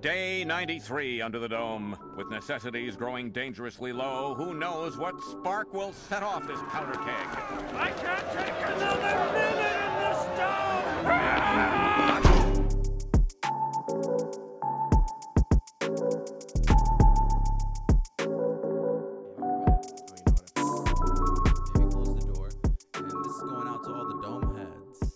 Day 93 under the dome. With necessities growing dangerously low, who knows what spark will set off this powder keg? I can't take another minute in this town! Maybe close the door. And this is going out to all the dome heads.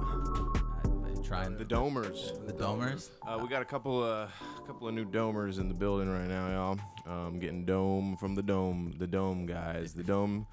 I- I try and The domers. the domers. Uh, we got a couple, uh, a couple of new domers in the building right now, y'all. Um, getting dome from the dome, the dome guys, the dome.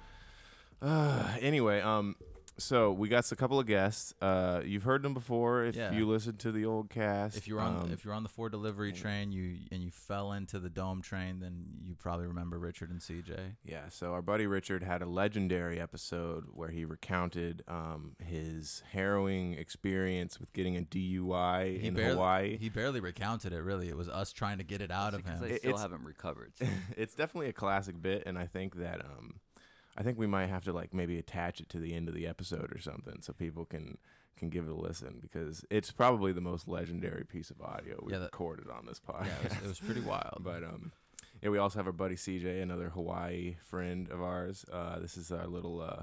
Uh, anyway, um, so we got a couple of guests. Uh, you've heard them before if Yeah. you listened to the old cast. If you're on um, if you're on the four delivery train, you and you fell into the dome train, then you probably remember Richard and CJ. Yeah, so our buddy Richard had a legendary episode where he recounted um, his harrowing experience with getting a DUI He in barely, Hawaii. He barely recounted it. Really, it was us trying to get it out of because him. I still it's- haven't recovered. it's definitely a classic bit, and I think that um, I think we might have to like maybe attach it to the end of the episode or something so people can can give it a listen because it's probably the most legendary piece of audio we Yeah, have that- recorded on this podcast. yeah, it was, it was pretty wild. But um, yeah, we also have our buddy CJ, another Hawaii friend of ours. Uh, this is our little. Uh,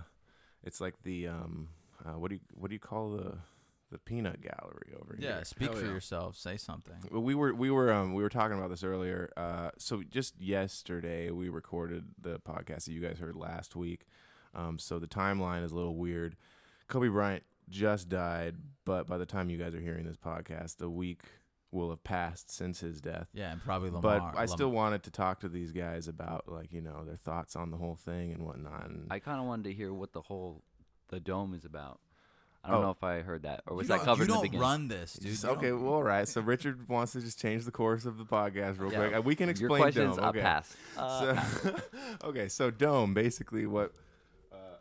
it's like the um, uh, what do you what do you call the the peanut gallery over here? yeah, speak Hell for yeah. yourself. Say something. Well, we were we were um we were talking about this earlier. Uh, so just yesterday we recorded the podcast that you guys heard last week. Um, so the timeline is a little weird. Kobe Bryant just died, but by the time you guys are hearing this podcast, the week will have passed since his death. Yeah, and probably Lamar. but I Lam- still wanted to talk to these guys about like you know their thoughts on the whole thing and whatnot. And I kind of wanted to hear what the whole the dome is about. I don't Oh. know if I heard that or was you don't, that covered you in the don't beginning. run this, dude. Just- You okay, don't- well, all right. So Richard wants to just change the course of the podcast real Yeah. quick. Uh, We can explain Your questions, Dome. I okay. pass. Uh, so, okay, so dome basically what uh,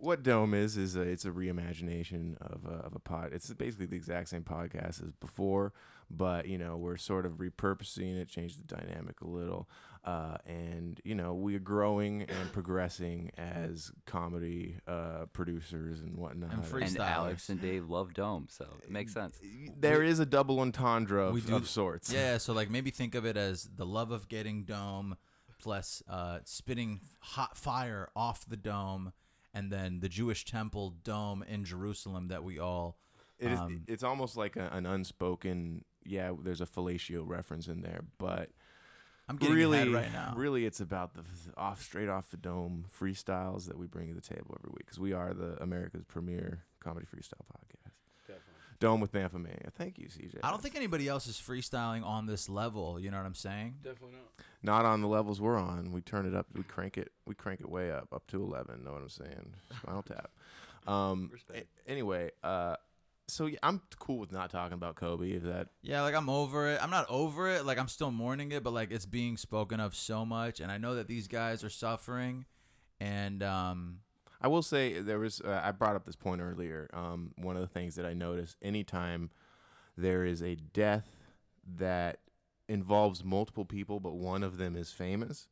what dome is is a, it's a reimagination of a, of a pod. It's basically the exact same podcast as before, but you know we're sort of repurposing it, changed the dynamic a little, uh, and you know we are growing and progressing as comedy uh, producers and whatnot. And free- and freestylers. Alex and Dave love dome, so it makes sense. There is a double entendre We of, do- of sorts. Yeah, so like maybe think of it as the love of getting dome plus uh, spitting hot fire off the dome and then the Jewish temple dome in Jerusalem that we all It is, Um, it's almost like a, an unspoken. Yeah, there's a fellatio reference in there, but I'm getting really, really, right now. really, it's about the f- off straight off the dome freestyles that we bring to the table every week because we are the America's premier comedy freestyle podcast. Dome with Bamfa Mania. Thank you, CJ. I don't think anybody else is freestyling on this level, you know what I'm saying? Definitely not. not on the levels we're on. We turn it up. We crank it. We crank it way up, up to eleven. Know what I'm saying? Spinal tap. Um. a- anyway, uh, so yeah, I'm cool with not talking about Kobe. If that Yeah, like I'm over it. I'm not over it. Like I'm still mourning it, but like it's being spoken of so much and I know that these guys are suffering and um I will say there was. Uh, I brought up this point earlier. Um, one of the things that I notice anytime there is a death that involves multiple people, but one of them is famous,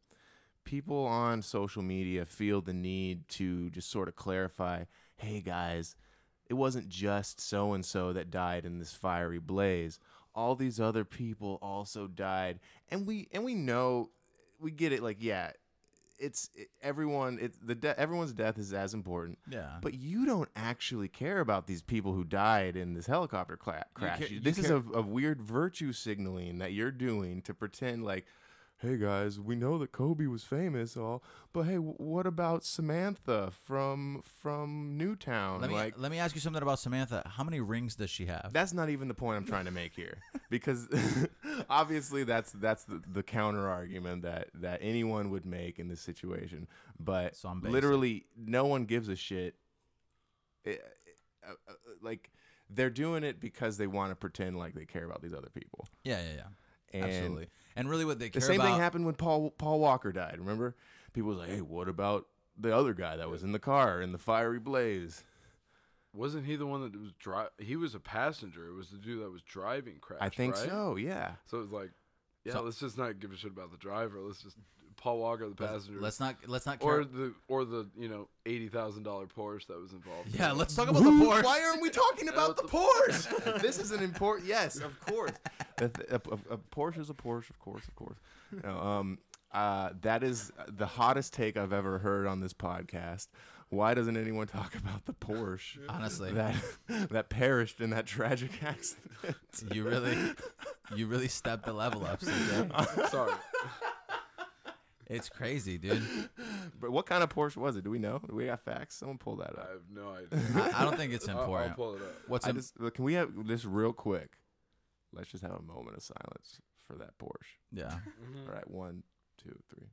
people on social media feel the need to just sort of clarify, "Hey guys, it wasn't just so and so that died in this fiery blaze. All these other people also died, and we and we know, we get it. Like, yeah." It's it, everyone. It, the de- everyone's death is as important, yeah. but you don't actually care about these people who died in this helicopter cla- crash. ca- you this is care- a, a weird virtue signaling that you're doing to pretend like, hey guys, we know that Kobe was famous, all, but hey, w- what about Samantha from from Newtown? let me like, let me ask you something about Samantha. How many rings does she have? that's not even the point I'm trying to make here, because obviously that's that's the, the counter argument that that anyone would make in this situation. But So I'm basic. literally, no one gives a shit. It- it- uh, uh, like they're doing it because they want to pretend like they care about these other people. yeah, yeah, yeah. And Absolutely. And really what they The care same about thing happened when Paul Paul Walker died. Remember, people was like, "Hey, what about the other guy that was in the car in the fiery blaze?" Wasn't he the one that was dri He was a passenger. It was the dude that was driving crash. I think right? so. Yeah. So it was like, yeah, So- let's just not give a shit about the driver. Let's just Paul Walker the Let's- passenger. Let's not let's not care. or the or the you know eighty thousand dollar Porsche that was involved. yeah, let's talk about the Porsche. Why aren't we talking about the Porsche? this is an important. Yes, of course. a, a, a- a Porsche is a Porsche, of course, of course. No, um, uh, that is the hottest take I've ever heard on this podcast. Why doesn't anyone talk about the Porsche? Honestly. that that perished in that tragic accident. You really you really stepped the level up. CJ. Sorry, It's crazy, dude. but what kind of Porsche was it? Do we know? Do we got facts? Someone pull that I up. have no idea. I, I don't think it's I'll- I'll, important. pull it up. What's I im- just, can we have this real quick? Let's just have a moment of silence for that Porsche. yeah? All right, one, two, three.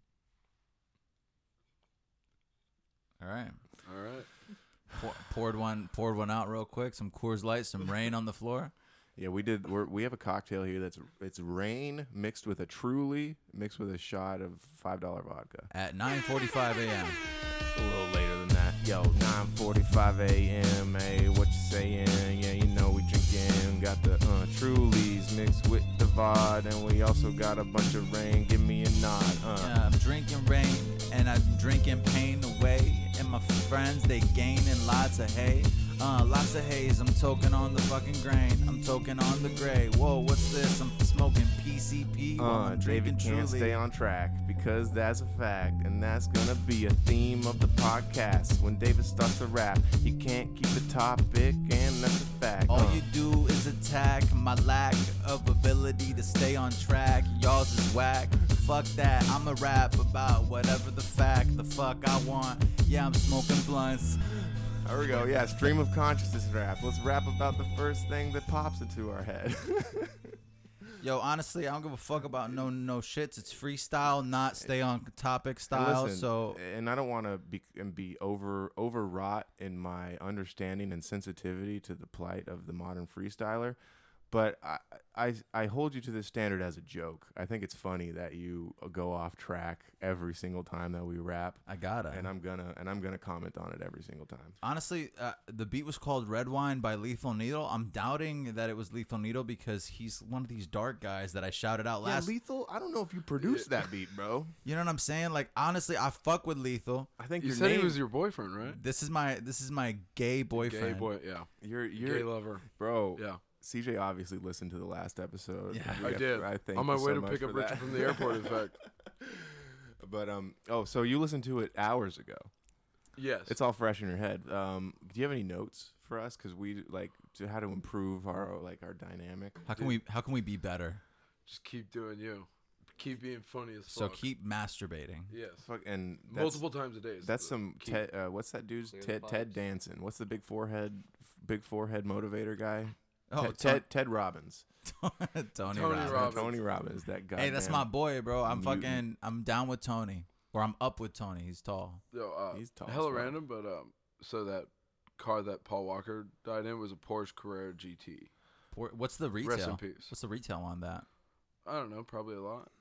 All right. All right. Pour, poured one poured one out real quick. Some Coors Light, some rain on the floor. Yeah, we did. We're, we have a cocktail here that's it's rain mixed with a Truly mixed with a shot of five dollar vodka. at 9:45 a.m. A little later than that. Yo, 9:45 a.m. Hey, what you saying? Yeah, you know we drinking. Got the uh, Trulies mixed with the vod, and we also got a bunch of rain. Give me a nod. Uh. Yeah, I'm Um, drinking rain and I'm drinking pain away. And my friends they gaining lots of hay, uh, lots of haze. I'm toking on the fucking grain. I'm toking on the gray. Whoa, what's this? I'm smoking PCP while Uh, I'm drinking David can't Truly. stay on track because that's a fact, and that's gonna be a theme of the podcast. When David starts to rap, he can't keep the topic, and that's a fact. All Uh, Oh, you do is attack my lack of ability to stay on track. Y'all's is whack. Fuck that. I'm a rap about whatever the fact, the fuck I want. Yeah, I'm smoking blunts. There we go. Yeah, stream of consciousness rap. Let's rap about the first thing that pops into our head. Yo, honestly, I don't give a fuck about no no shits. It's freestyle, not stay on topic And style. listen, eh, so and I don't want to be and be over overwrought in my understanding and sensitivity to the plight of the modern freestyler, but I I, I hold you to this standard as a joke. I think it's funny that you go off track every single time that we rap, I gotta. and I'm gonna and I'm gonna comment on it every single time. honestly, uh, the beat was called Red Wine by Lethal Needle. I'm doubting that it was Lethal Needle because he's one of these dark guys that I shouted out last. yeah, lethal. I don't know if you produced that beat, bro. you know what I'm saying? Like honestly, I fuck with Lethal. I think You your said name, he was your boyfriend, right? This is my this is my gay boyfriend. Gay boy. Yeah. your Gay your lover. bro. Yeah. CJ obviously listened to the last episode. Yeah. We I got- did. I think on my way to much pick up for Richard that. from the airport. In fact, But um, oh, so you listened to it hours ago. yes. It's all fresh in your head. Um, do you have any notes for us? Cause we like to how to improve our like our dynamic. How can we how can we be better? Just keep doing you. Keep being funny as fuck. So keep masturbating. Yes. Fuck, and that's, Multiple times a day. is That's the some key. Ted. Uh, what's that dude's Clear the Ted? Ted box. Danson. What's the big forehead, big forehead motivator guy? Oh, Ted. Ted, Ted Robbins. Tony, Tony Robbins. Robbins. Robbins. Tony Robbins. That guy. Hey, that's my boy, bro. I'm mutant. fucking I'm down with Tony. Or I'm up with Tony. He's tall. Yo, uh, He's tall as Hella fuck. random, but um, so that car that Paul Walker died in was a Porsche Carrera GT. Por- What's the retail? Rest in peace. What's the retail on that? I don't know, probably a lot.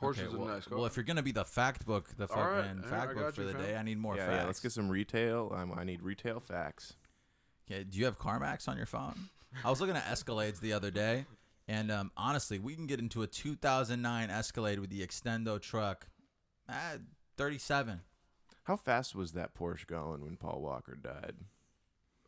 Porsche Okay, is well, a nice car. Well, if you're gonna be the fact book, the All right, fucking all right, I fact book got for you, the fam. day, I need more Yeah, facts. yeah. Let's get some retail. Um, I need retail facts. Okay, do you have CarMax on your phone? I was looking at Escalades the other day, and um, honestly, we can get into a 2009 Escalade with the Extendo truck at 37. How fast was that Porsche going when Paul Walker died?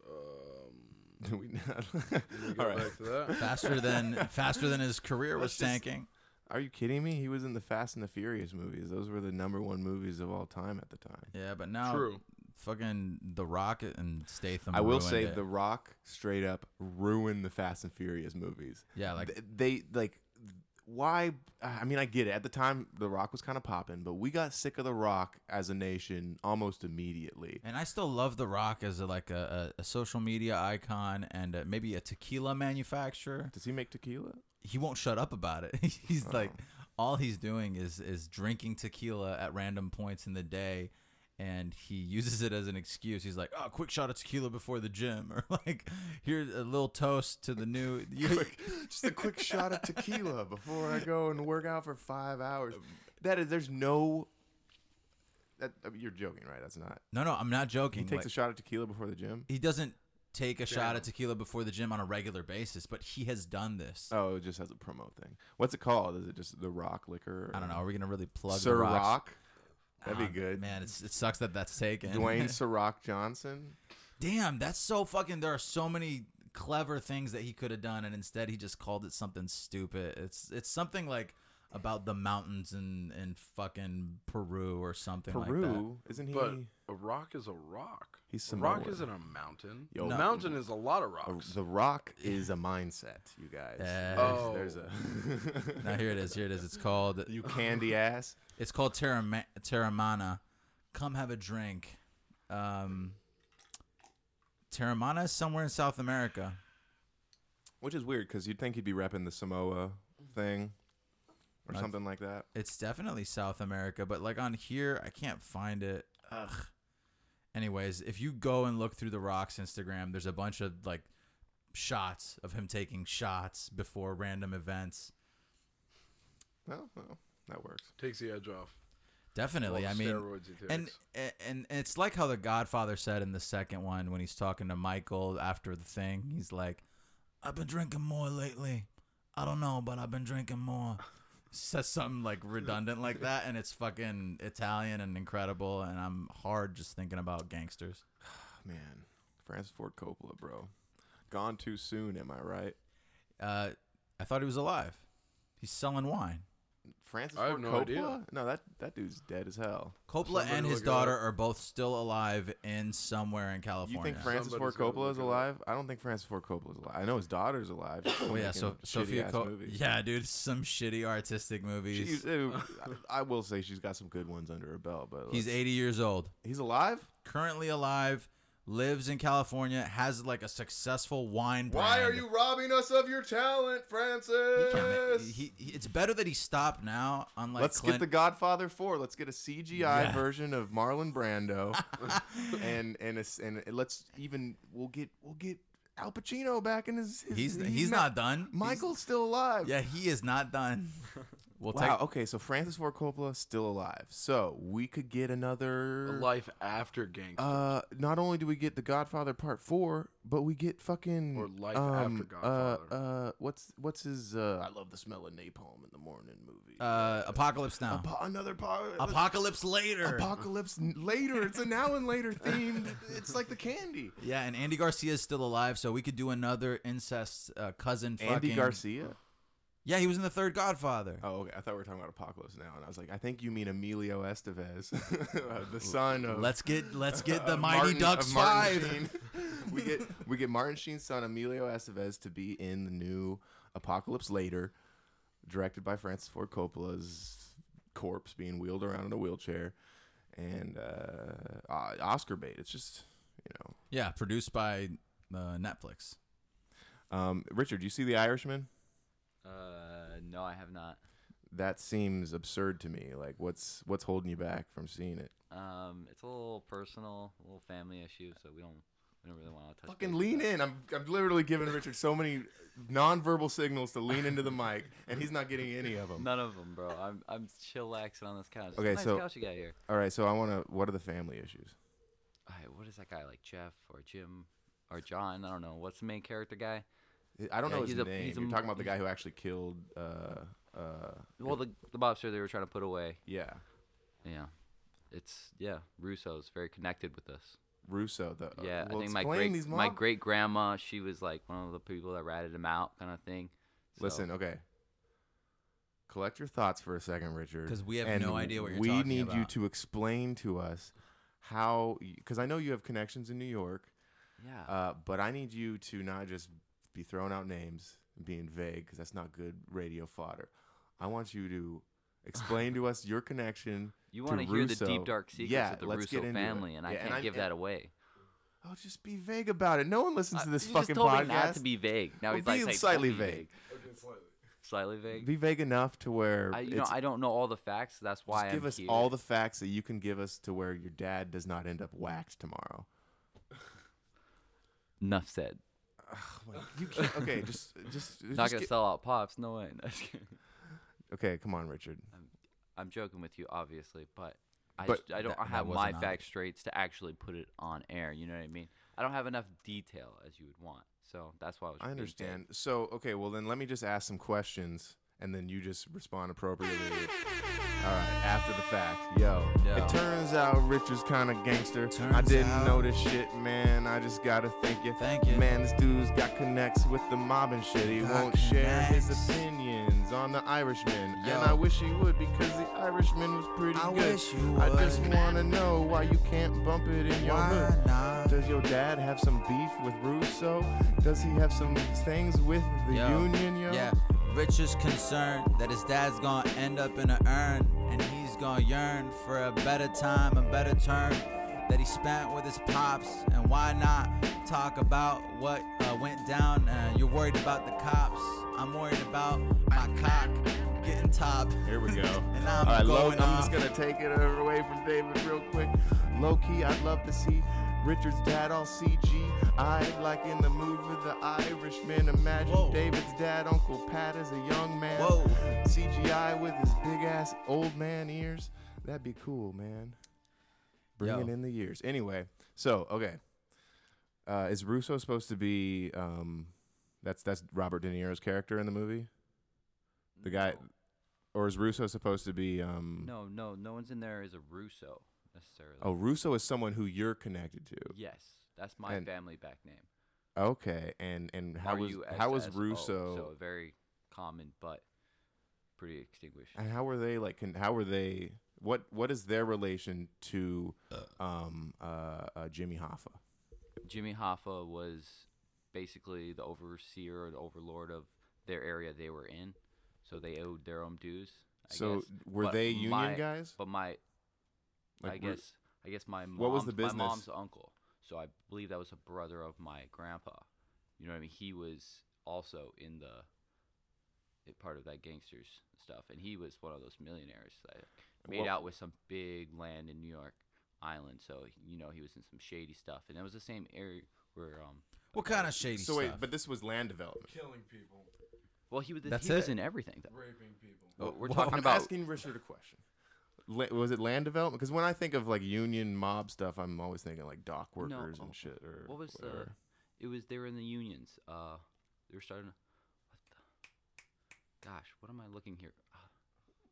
um, Do we not? can we go All right. back to that. Faster than faster than his career was Let's just- tanking. Are you kidding me? He was in the Fast and the Furious movies. Those were the number one movies of all time at the time. Yeah, but now True. fucking The Rock and Statham. I will ruined say it. The Rock straight up ruined the Fast and Furious movies. yeah, like Th- they, like why I mean I get it. At the time The Rock was kind of popping, but we got sick of The Rock as a nation almost immediately. And I still love The Rock as a, like a, a, a social media icon and uh maybe a tequila manufacturer. Does he make tequila? He won't shut up about it. Oh. he's like, all he's doing is is drinking tequila at random points in the day, and he uses it as an excuse. He's like, oh, quick shot of tequila before the gym, or like, here's a little toast to the new. You, Quick- just a quick shot of tequila before I go and work out for 5 hours. That is there's no that I mean, you're joking, right? That's not. no, no, I'm not joking. He takes Like, a shot of tequila before the gym. he doesn't take a shot at tequila before the gym on a regular basis, but he has done this. Oh, it just has a promo thing. What's it called? Is it just the Rock liquor? I don't know. Are we gonna really plug Sir the Rock. rocks? That'd be Um, good. Man, it's, it sucks that that's taken. Dwayne Sir Rock Johnson. Damn, that's so fucking. There are so many clever things that he could have done, and instead he just called it something stupid. It's it's something like about the mountains in in fucking Peru or something. like that. Peru, isn't he? But a rock is a rock. He's a rock Samoan. isn't a mountain. Yo, a No. mountain is a lot of a- rocks. the Rock is a mindset, you guys. Yeah. There's, there's a Now here it is. Here it is. It's called you candy ass. it's called Terama- Terramana. Come have a drink. Um, Terramana is somewhere in South America. Which is weird because you'd think he'd be repping the Samoa Mm-hmm. thing or something like that. It's definitely South America, but like on here, I can't find it. Ugh. Anyways, if you go and look through The Rock's Instagram, there's a bunch of like shots of him taking shots before random events. Well, well, that works. Takes the edge off. Definitely. All I the mean, steroids he and, takes. and and it's like how the Godfather said in the second one when he's talking to Michael after the thing. He's like, "I've been drinking more lately. I don't know, but I've been drinking more." Says something like redundant like that, and it's fucking Italian and incredible. And I'm hard just thinking about gangsters. Oh, Man, Francis Ford Coppola, bro. Gone too soon, am I right? Uh, I thought he was alive. He's selling wine. Francis I have Ford no Coppola? idea. No, that that dude's dead as hell. Coppola Somebody and his look it up. daughter are both still alive in somewhere in You California. think Francis Somebody's Ford gotta Coppola is look it up. alive? I don't think Francis Ford Coppola is alive. I know his daughter's alive. She's still Oh yeah, making so shitty Sophia ass Coppola. movies. Yeah, dude, some shitty artistic movies. She's, uh, I I will say she's got some good ones under her belt, but He's let's- 80 years old, He's alive. currently alive, lives in California, has like a successful wine brand. robbing us of your talent, He can't- Francis? he- he- it's better that he stopped now. Unlike Let's Clint, get the Godfather Four. Let's get a CGI Yeah. version of Marlon Brando, and and a s and let's even we'll get we'll get Al Pacino back in his. his he's he's, not, done. Michael's still alive. He's- yeah, he is not done. We'll Wow. take. Okay, so Francis Ford Coppola still alive. So we could get A another. life after gangster. Uh, not only do we get The Godfather Part Four, but we get fucking Or Life um, After Godfather. Uh, uh, what's what's his? Uh, I love the smell of napalm in the morning movie. Uh, apocalypse now. Apo- another part. apocalypse later. Apocalypse n- later. It's a now and later themed. It's like the candy. yeah, and Andy Garcia is still alive, so we could do another incest uh, cousin. Fucking, Andy Garcia. Yeah, he was in the third Godfather. Oh, okay. I thought we were talking about Apocalypse now, and I was like, I think you mean Emilio Estevez, uh, the son of. Let's get let's get the of Mighty Martin- Ducks of Martin five. Sheen. we get we get Martin Sheen's son Emilio Estevez to be in the new Apocalypse Later, directed by Francis Ford Coppola's corpse being wheeled around in a wheelchair, and uh, uh, Oscar bait. It's just you know. Yeah, produced by uh, Netflix. Um, Richard, do you see The Irishman? Uh, no, I have not. That seems absurd to me. Like, what's what's holding you back from seeing it? Um, it's a little personal, a little family issue, so we don't we don't really want to touch. Fucking base with lean that. in. I'm, I'm literally giving Richard so many nonverbal signals to lean into the mic, and he's not getting any of them. None of them, bro. I'm I'm chillaxing on this couch. It's a Okay, nice so- couch you got here. All right, so I want to. What are the family issues? All right, what is that guy like? Jeff or Jim or John? I don't know. What's the main character guy? I don't Yeah, know his he's a- name. he's a You're m- talking about the guy who actually killed. Uh, uh, Well, the the mobster they were trying to put away. yeah, Yeah, it's yeah. Russo's very connected with this. Russo. The uh, Yeah, well, I think my explain great these my mob- great grandma, she was like one of the people that ratted him out, kind of thing. So- Listen, okay. Collect your thoughts for a second, Richard. 'Cause we have and no idea what you're we talking need you about. to explain to us how, because I know you have connections in New York, yeah, uh, but I need you to not just be throwing out names and being vague, because that's not good radio fodder. I want you to explain to us your connection. you to want to hear the Russo. deep dark secrets yeah, of the let's Russo get into it. family, and I Yeah, can't I'm- give that away. Uh, Oh, just be vague about it. No one listens to this you fucking just told podcast. me not to be vague. Now Well, he's like, be "Hey, don't slightly be vague. Slightly vague. Be vague enough to where I, you know, it's- I don't know all the facts. so That's why just give I'm us here. all the facts that you can give us to where your dad does not end up whacked tomorrow. Enough said. You can't, okay, just just, Not just gonna get- sell out pops. No way. No, I'm just kidding. okay. Come on, Richard. I'm joking with you, obviously, but I But just- I don't that- that have was my an ob- facts straight to actually put it on air. You know what I mean? I don't have enough detail as you would want. So that's why I was. I being vague. understand. So, okay, well then let me just ask some questions and then you just respond appropriately. All right, after the fact. Yo. Yo. It turns out Richard's kind of gangster. I Turns didn't out- know this shit, man. I just got to thank you. Thank you. Man, this dude's got connects with the mob and shit. He Got won't share his connects. opinions on the Irishman. Yo. And I wish he would because the Irishman was pretty I good. wish you I just would. want to know why you can't bump it in your Why hood. not? Does your dad have some beef with Russo? Does he have some things with the Yo, union, yo? Yeah. Rich is concerned that his dad's gonna end up in an urn and he's gonna yearn for a better time, a better term that he spent with his pops. And why not talk about what uh, went down? Uh, you're worried about the cops. I'm worried about my cock getting top. Here we go. And I'm All right, low, going I'm off. just gonna take it away from David real quick. Low key, I'd love to see Richard's dad all CG. I like in the movie The Irishman. Imagine Whoa. David's dad, Uncle Pat, as a young man. Whoa. CGI with his big ass old man ears. That'd be cool, man. Bringing Yo. in the years. Anyway, so okay, uh, is Russo supposed to be? Um, that's that's Robert De Niro's character in the movie. The guy, or is Russo supposed to be? Um, No, no, no one's in there is a Russo necessarily. Oh, Russo is someone who you're connected to. Yes, that's my And- family back name. Okay, and and how was how was RUSSO, Russo? So very common, but pretty extinguished. and how were they like? Con- how were they? What what is their relation to um uh, uh Jimmy Hoffa? Jimmy Hoffa was basically the overseer or the overlord of their area they were in, so they owed their own dues. I So guess. were But they union my- guys? But my, I Like, were- guess, I guess my mom, What was the my business? mom's uncle. So I believe that was a brother of my grandpa. You know what I mean? He was also in the it- part of that gangsters stuff, and he was one of those millionaires that made Well- out with some big land in New York Island. So you know he was in some shady stuff, and it was the same area where um. What kind of shady So wait, stuff? but this was land development. Killing people, Well, he was That's he was it. in everything though. raping people. But We're Well, talking I'm about asking Richard a question. La- was it land development? Because when I think of like union mob stuff, I'm always thinking like dock workers oh, and shit. Or what was whatever. the? It was they were in the unions. Uh, they were starting. to- What the? Gosh, what am I looking here? Uh,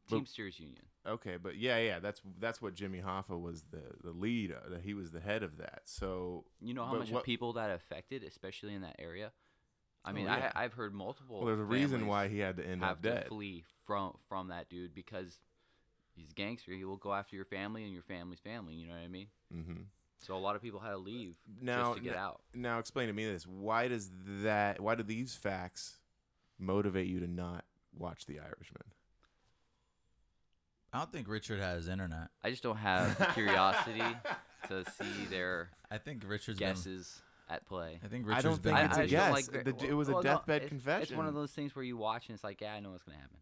But- Teamsters Union. Okay, but yeah, yeah, that's that's what Jimmy Hoffa was the the lead. uh, That he was the head of that. So You know how but much of what- people that affected, especially in that area. I Oh, mean, yeah. I, I've heard multiple. Well, there's a reason families why he had to end have up to dead. flee from from that dude because he's a gangster. He will go after your family and your family's family. You know what I mean? Mm-hmm. So a lot of people had to leave Uh, Now, just to get n- out. now explain to me this: Why does that? Why do these facts motivate you to not watch The Irishman? I don't think Richard has internet. I just don't have the curiosity to see their I think Richard's been. guesses at play. I think I Richard's don't been. think it's a I, I continuing- guess. Don't like, The- well, it was a well, no, deathbed it's- It's one confession. of those things where you watch and it's like, yeah, I know what's gonna happen.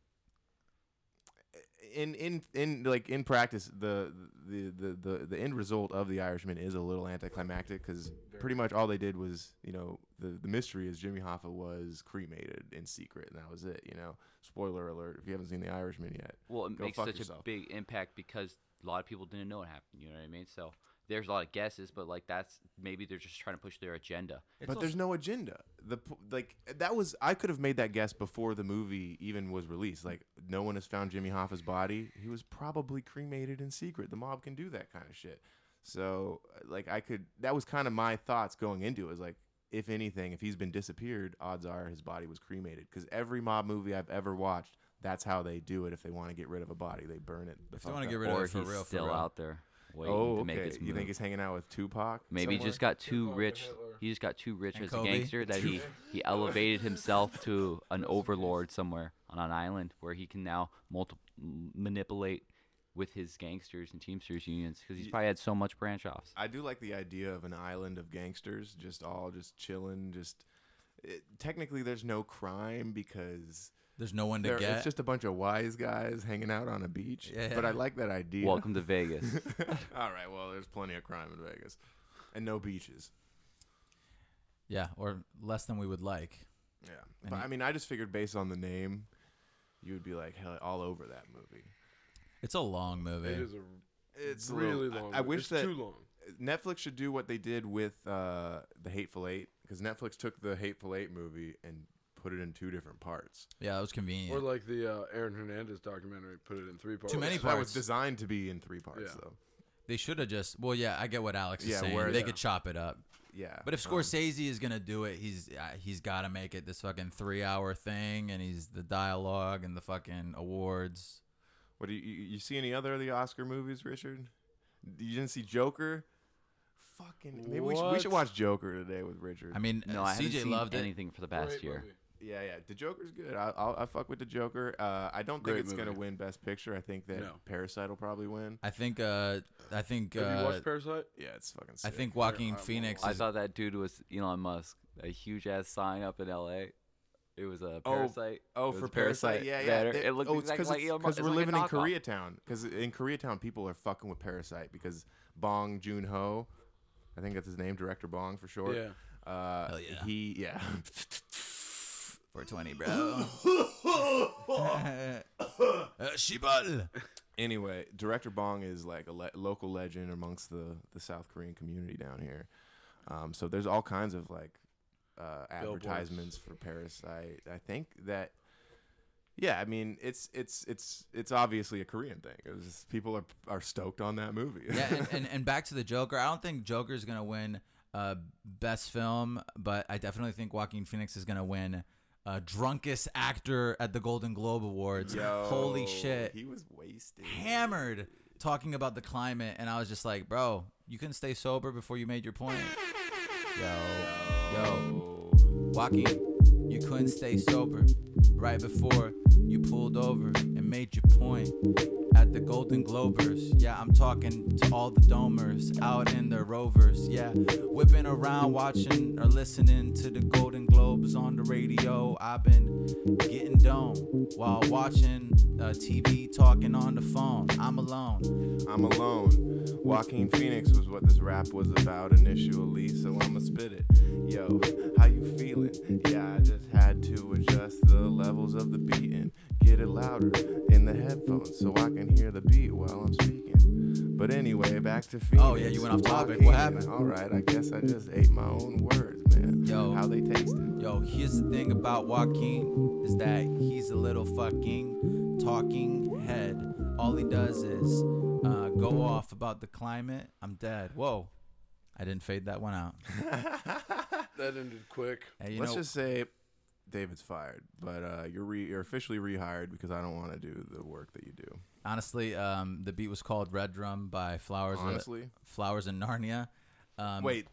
In in in like in practice, the the the the, the end result of The Irishman is a little anticlimactic because pretty much all they did was you know the the mystery is Jimmy Hoffa was cremated in secret and that was it. You know, spoiler alert if you haven't seen The Irishman yet. Well, it Go makes fuck such a yourself. big impact because a lot of people didn't know what happened. You know what I mean? So there's a lot of guesses, but like that's maybe they're just trying to push their agenda. but there's no agenda. The p- like that was I could have made that guess before the movie even was released. Like no one has found Jimmy Hoffa's body. He was probably cremated in secret. The mob can do that kind of shit. So like I could that was kind of my thoughts going into it. Was like if anything, if he's been disappeared, odds are his body was cremated because every mob movie I've ever watched, that's how they do it. If they want to get rid of a body, they burn it. the If they fuck want to up. get rid of Or it for he's real, for still real. out there waiting oh, to okay. make his move. you think he's hanging out with Tupac? maybe he somewhere? just got too Tupac or rich. Hitler. He just got too rich And as Kobe. a gangster that he he elevated himself to an overlord somewhere on an island where he can now multi- m- manipulate with his gangsters and teamsters unions because he's probably had so much branch offs. I do like the idea of an island of gangsters just all just chilling. Just it, technically, there's no crime because There's no one to there, get. it's just a bunch of wise guys hanging out on a beach. Yeah. But I like that idea. Welcome to Vegas. all right. Well, there's plenty of crime in Vegas, and no beaches. yeah, or less than we would like. Yeah. But I mean, I just figured based on the name, you would be like hell, all over that movie. It's a long movie. It is a It's a really little- I- long. I, wish it's that too long. Netflix should do what they did with uh, the Hateful Eight because Netflix took the Hateful Eight movie and put it in two different parts. Yeah, that was convenient. Or like the uh, Aaron Hernandez documentary, put it in three parts. many That was Parts. designed to be in three parts Yeah. though. they should have just. Well, yeah, I get what Alex is Yeah, saying. where- they yeah. could chop it up. Yeah, But if um, Scorsese is gonna do it, he's uh, he's got to make it this fucking three hour thing, and he's the dialogue and the fucking awards. what do you, you you see any other of the Oscar movies, Richard? You didn't see Joker? Fucking maybe we should, we should What? watch Joker today with Richard. I mean, No, uh, I haven't CJ seen loved it. anything for the past Great year. movie. Yeah, yeah. The Joker's good. I I'll, I fuck with the Joker. Uh, I don't Great think it's gonna movie. win Best Picture. I think that No. Parasite will probably win. I think. Uh, I think. Have you Uh, watched Parasite? Yeah, it's I fucking. Sick. think Joaquin I- Phoenix. I Is, thought that dude was Elon Musk. A huge ass sign up in L.A. It was a parasite. Oh, It was for Parasite, yeah, yeah. banner. They- it looked oh, exactly like Elon Musk. because It's we're like a living in knockoff. Koreatown. Because in Koreatown, people are fucking with Parasite because Bong Joon Ho, I think that's his name, director Bong for short. Yeah. Uh, Hell yeah. He yeah. 420, bro. uh, Shibal. anyway, director Bong is like a le- local legend amongst the the South Korean community down here. Um, so there's all kinds of like uh, Billboards. advertisements for Parasite. I think that. Yeah, I mean it's it's it's it's obviously a Korean thing. It's just people are are stoked on that movie. yeah, and, and, and back to the Joker. I don't think Joker's gonna win uh, best film, but I definitely think Joaquin Phoenix is gonna win uh, drunkest actor at the Golden Globe Awards. Holy Yo, shit! He was wasted. Hammered talking about the climate, and I was just like, bro, you couldn't stay sober before you made your point. Yo, yo, Joaquin, you couldn't stay sober right before you pulled over and made your point at the Golden Globers. Yeah, I'm talking to all the domers out in their rovers. Yeah, whipping around watching or listening to the Golden Globes on the radio. I've been getting dome while watching uh, TV, talking on the phone. I'm alone. I'm alone. Joaquin Phoenix was what this rap was about initially, so I'ma spit it. Yo, how you feeling? Yeah, I just had to adjust the levels of the beating. Get it louder in the headphones so I can hear the beat while I'm speaking. But anyway, back to Phoenix. Oh, yeah, you went off topic. What happened? All right, I guess I just ate my own words, man. Yo. how they tasted. Yo, here's the thing about Joaquin is that he's a little fucking talking head. All he does is uh, go off about the climate. I'm dead. Whoa. I didn't fade that one out. That ended quick. Hey, you Let's know, just say David's fired, but uh, you're, re- you're officially rehired because I don't want to do the work that you do. honestly, um, the beat was called "Red Drum" by Flowers. of- Honestly? Flowers in Narnia. Um, Wait,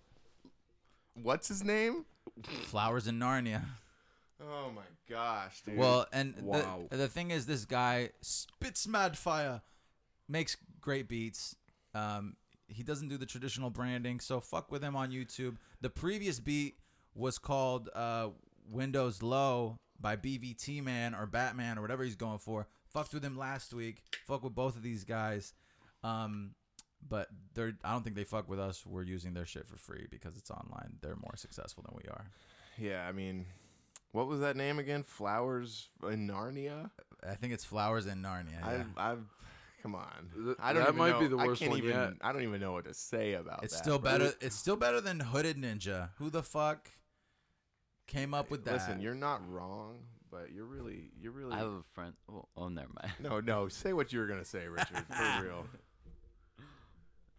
what's his name? Flowers in Narnia. Oh my gosh, dude. Well, and the- Wow. the, thing is, this guy spits mad fire, makes great beats. Um, he doesn't do the traditional branding, so fuck with him on YouTube. The previous beat was called uh, "Windows Low" by BVT Man or Batman or whatever he's going for. Fucked with him last week. Fuck with both of these guys. Um, but they're I don't think they fuck with us. We're using their shit for free because it's online. They're more successful than we are. yeah, I mean, what was that name again? Flowers in Narnia. I think it's Flowers in Narnia. yeah. I, I, come on. Th- I don't. that even might know- be the I worst can't one even, yet. I don't even know what to say about It's that, still bro. better. It's still better than Hooded Ninja. Who the fuck came up with that? Listen, you're not wrong, but you're really, you're really. I have a friend. Well, oh, never mind. no, no. Say what you were gonna say, Richard. For real.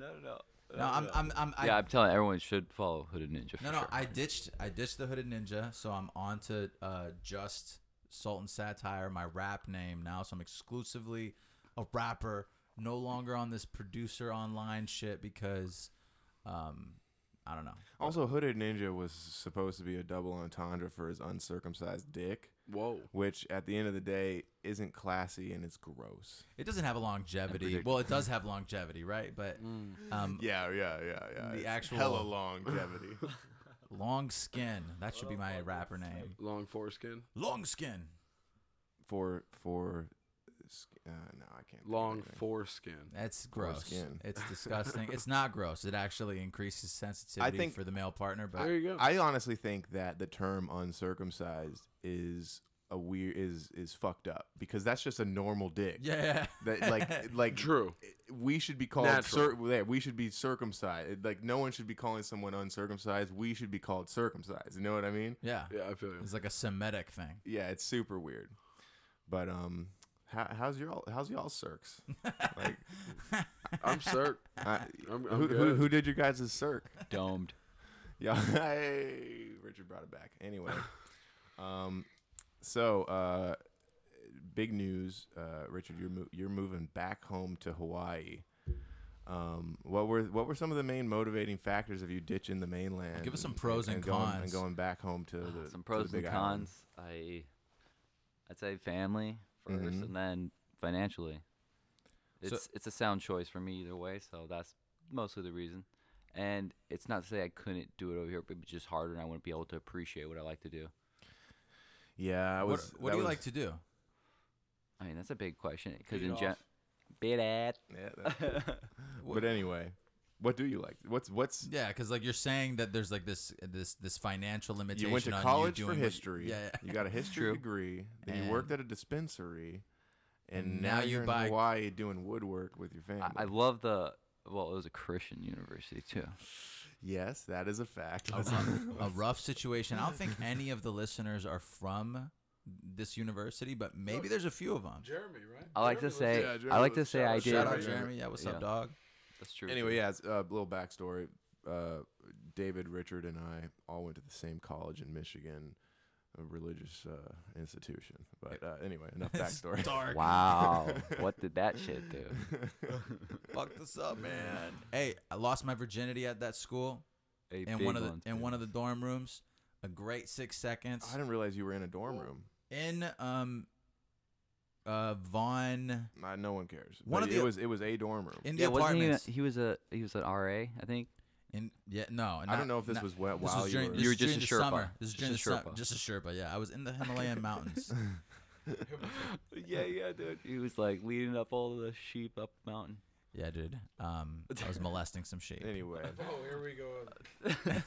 No, no, no, I'm, I'm, I'm, I, yeah, I'm telling everyone should follow Hooded Ninja. For no, no. sure. I ditched, I ditched the Hooded Ninja, so I'm on to uh, just Salt and Satire, my rap name now. So I'm exclusively a rapper, no longer on this producer online shit because, um, I don't know. Also, Hooded Ninja was supposed to be a double entendre for his uncircumcised dick, Whoa. which at the end of the day isn't classy and it's gross. It doesn't have a longevity. Well, it does have longevity, right? But um, Mm. Yeah, yeah, yeah, yeah. The It's actual- hella longevity. long skin. That should be my rapper name. Long foreskin. Long skin. for for uh, no, I can't. think of Long anything. foreskin. That's gross. skin. It's disgusting. it's not gross. It actually increases sensitivity think- for the male partner, but There you go. I honestly think that the term uncircumcised is a weird is is fucked up because that's just a normal dick. Yeah. That like like True. we should be called Natural. cir- yeah, we should be circumcised. Like no one should be calling someone uncircumcised. We should be called circumcised. You know what I mean? yeah. Yeah, I feel you. It's like a Semitic thing. Yeah, it's super weird. But um, how, how's y'all how's y'all circs? Like I'm cert. I, I'm, I'm who, who good. who did your guys' circ? Domed. Yeah, hey, Richard brought it back. Anyway, um, so uh, big news, uh, Richard, you're mo- you're moving back home to Hawaii. Um, what were what were some of the main motivating factors of you ditching the mainland? Give us some and- pros and going, cons. and going back home to the Ah, Some to the pros and Big Island? cons. I, I'd say family 1st Mhm. and then financially. It's it's a sound choice for me either way, so that's mostly the reason. And it's not to say I couldn't do it over here, but it was just harder, and I wouldn't be able to appreciate what I like to do. Yeah, I What- was. what do you like to do? I mean, that's a big question because Beat in gen, off. bit at Yeah, that- but anyway, what do you like? What's what's Yeah, because like you're saying that there's like this this this financial limitation. you went to on college you for doing what- history. yeah, yeah. you got a history True. degree. Then you worked at a dispensary, and, And now, now you you're buy- in Hawaii doing woodwork with your family. I, I love the well, it was a Christian university too. yes, that is a fact. a, a- a rough situation. I don't think any of the listeners are from this university, but maybe there's a few of them. Jeremy, right? I like to say, yeah, Jeremy I like to was- say, I did. Shout out Yeah. Jeremy. Yeah, what's Yeah. up, dog? That's true. anyway, yeah, it's a little backstory. Uh, David, Richard, and I all went to the same college in Michigan, a religious uh, institution. But uh, anyway, enough backstory. Dark. Wow, what did that shit do? Fuck this up, man. Hey, I lost my virginity at that school A in big one of the one, in one of the dorm rooms. A great six seconds I didn't realize you were in a dorm room. in um uh Vaughn Nah, no one cares. One One of it the- was it was a dorm room. in the yeah, wasn't he? A, apartments. he was a he was an RA, I think. in yeah, no, I not- don't know if this not- was wet This while was you during, were. this You were was just during a the Sherpa. summer. This is Just during a the summer. Sherpa. Just a Sherpa. Yeah, I was in the Himalayan mountains. yeah, yeah, dude. He was like leading up all the sheep up the mountain. Yeah, dude. Um, I was molesting some sheep. Anyway, Oh, here we go.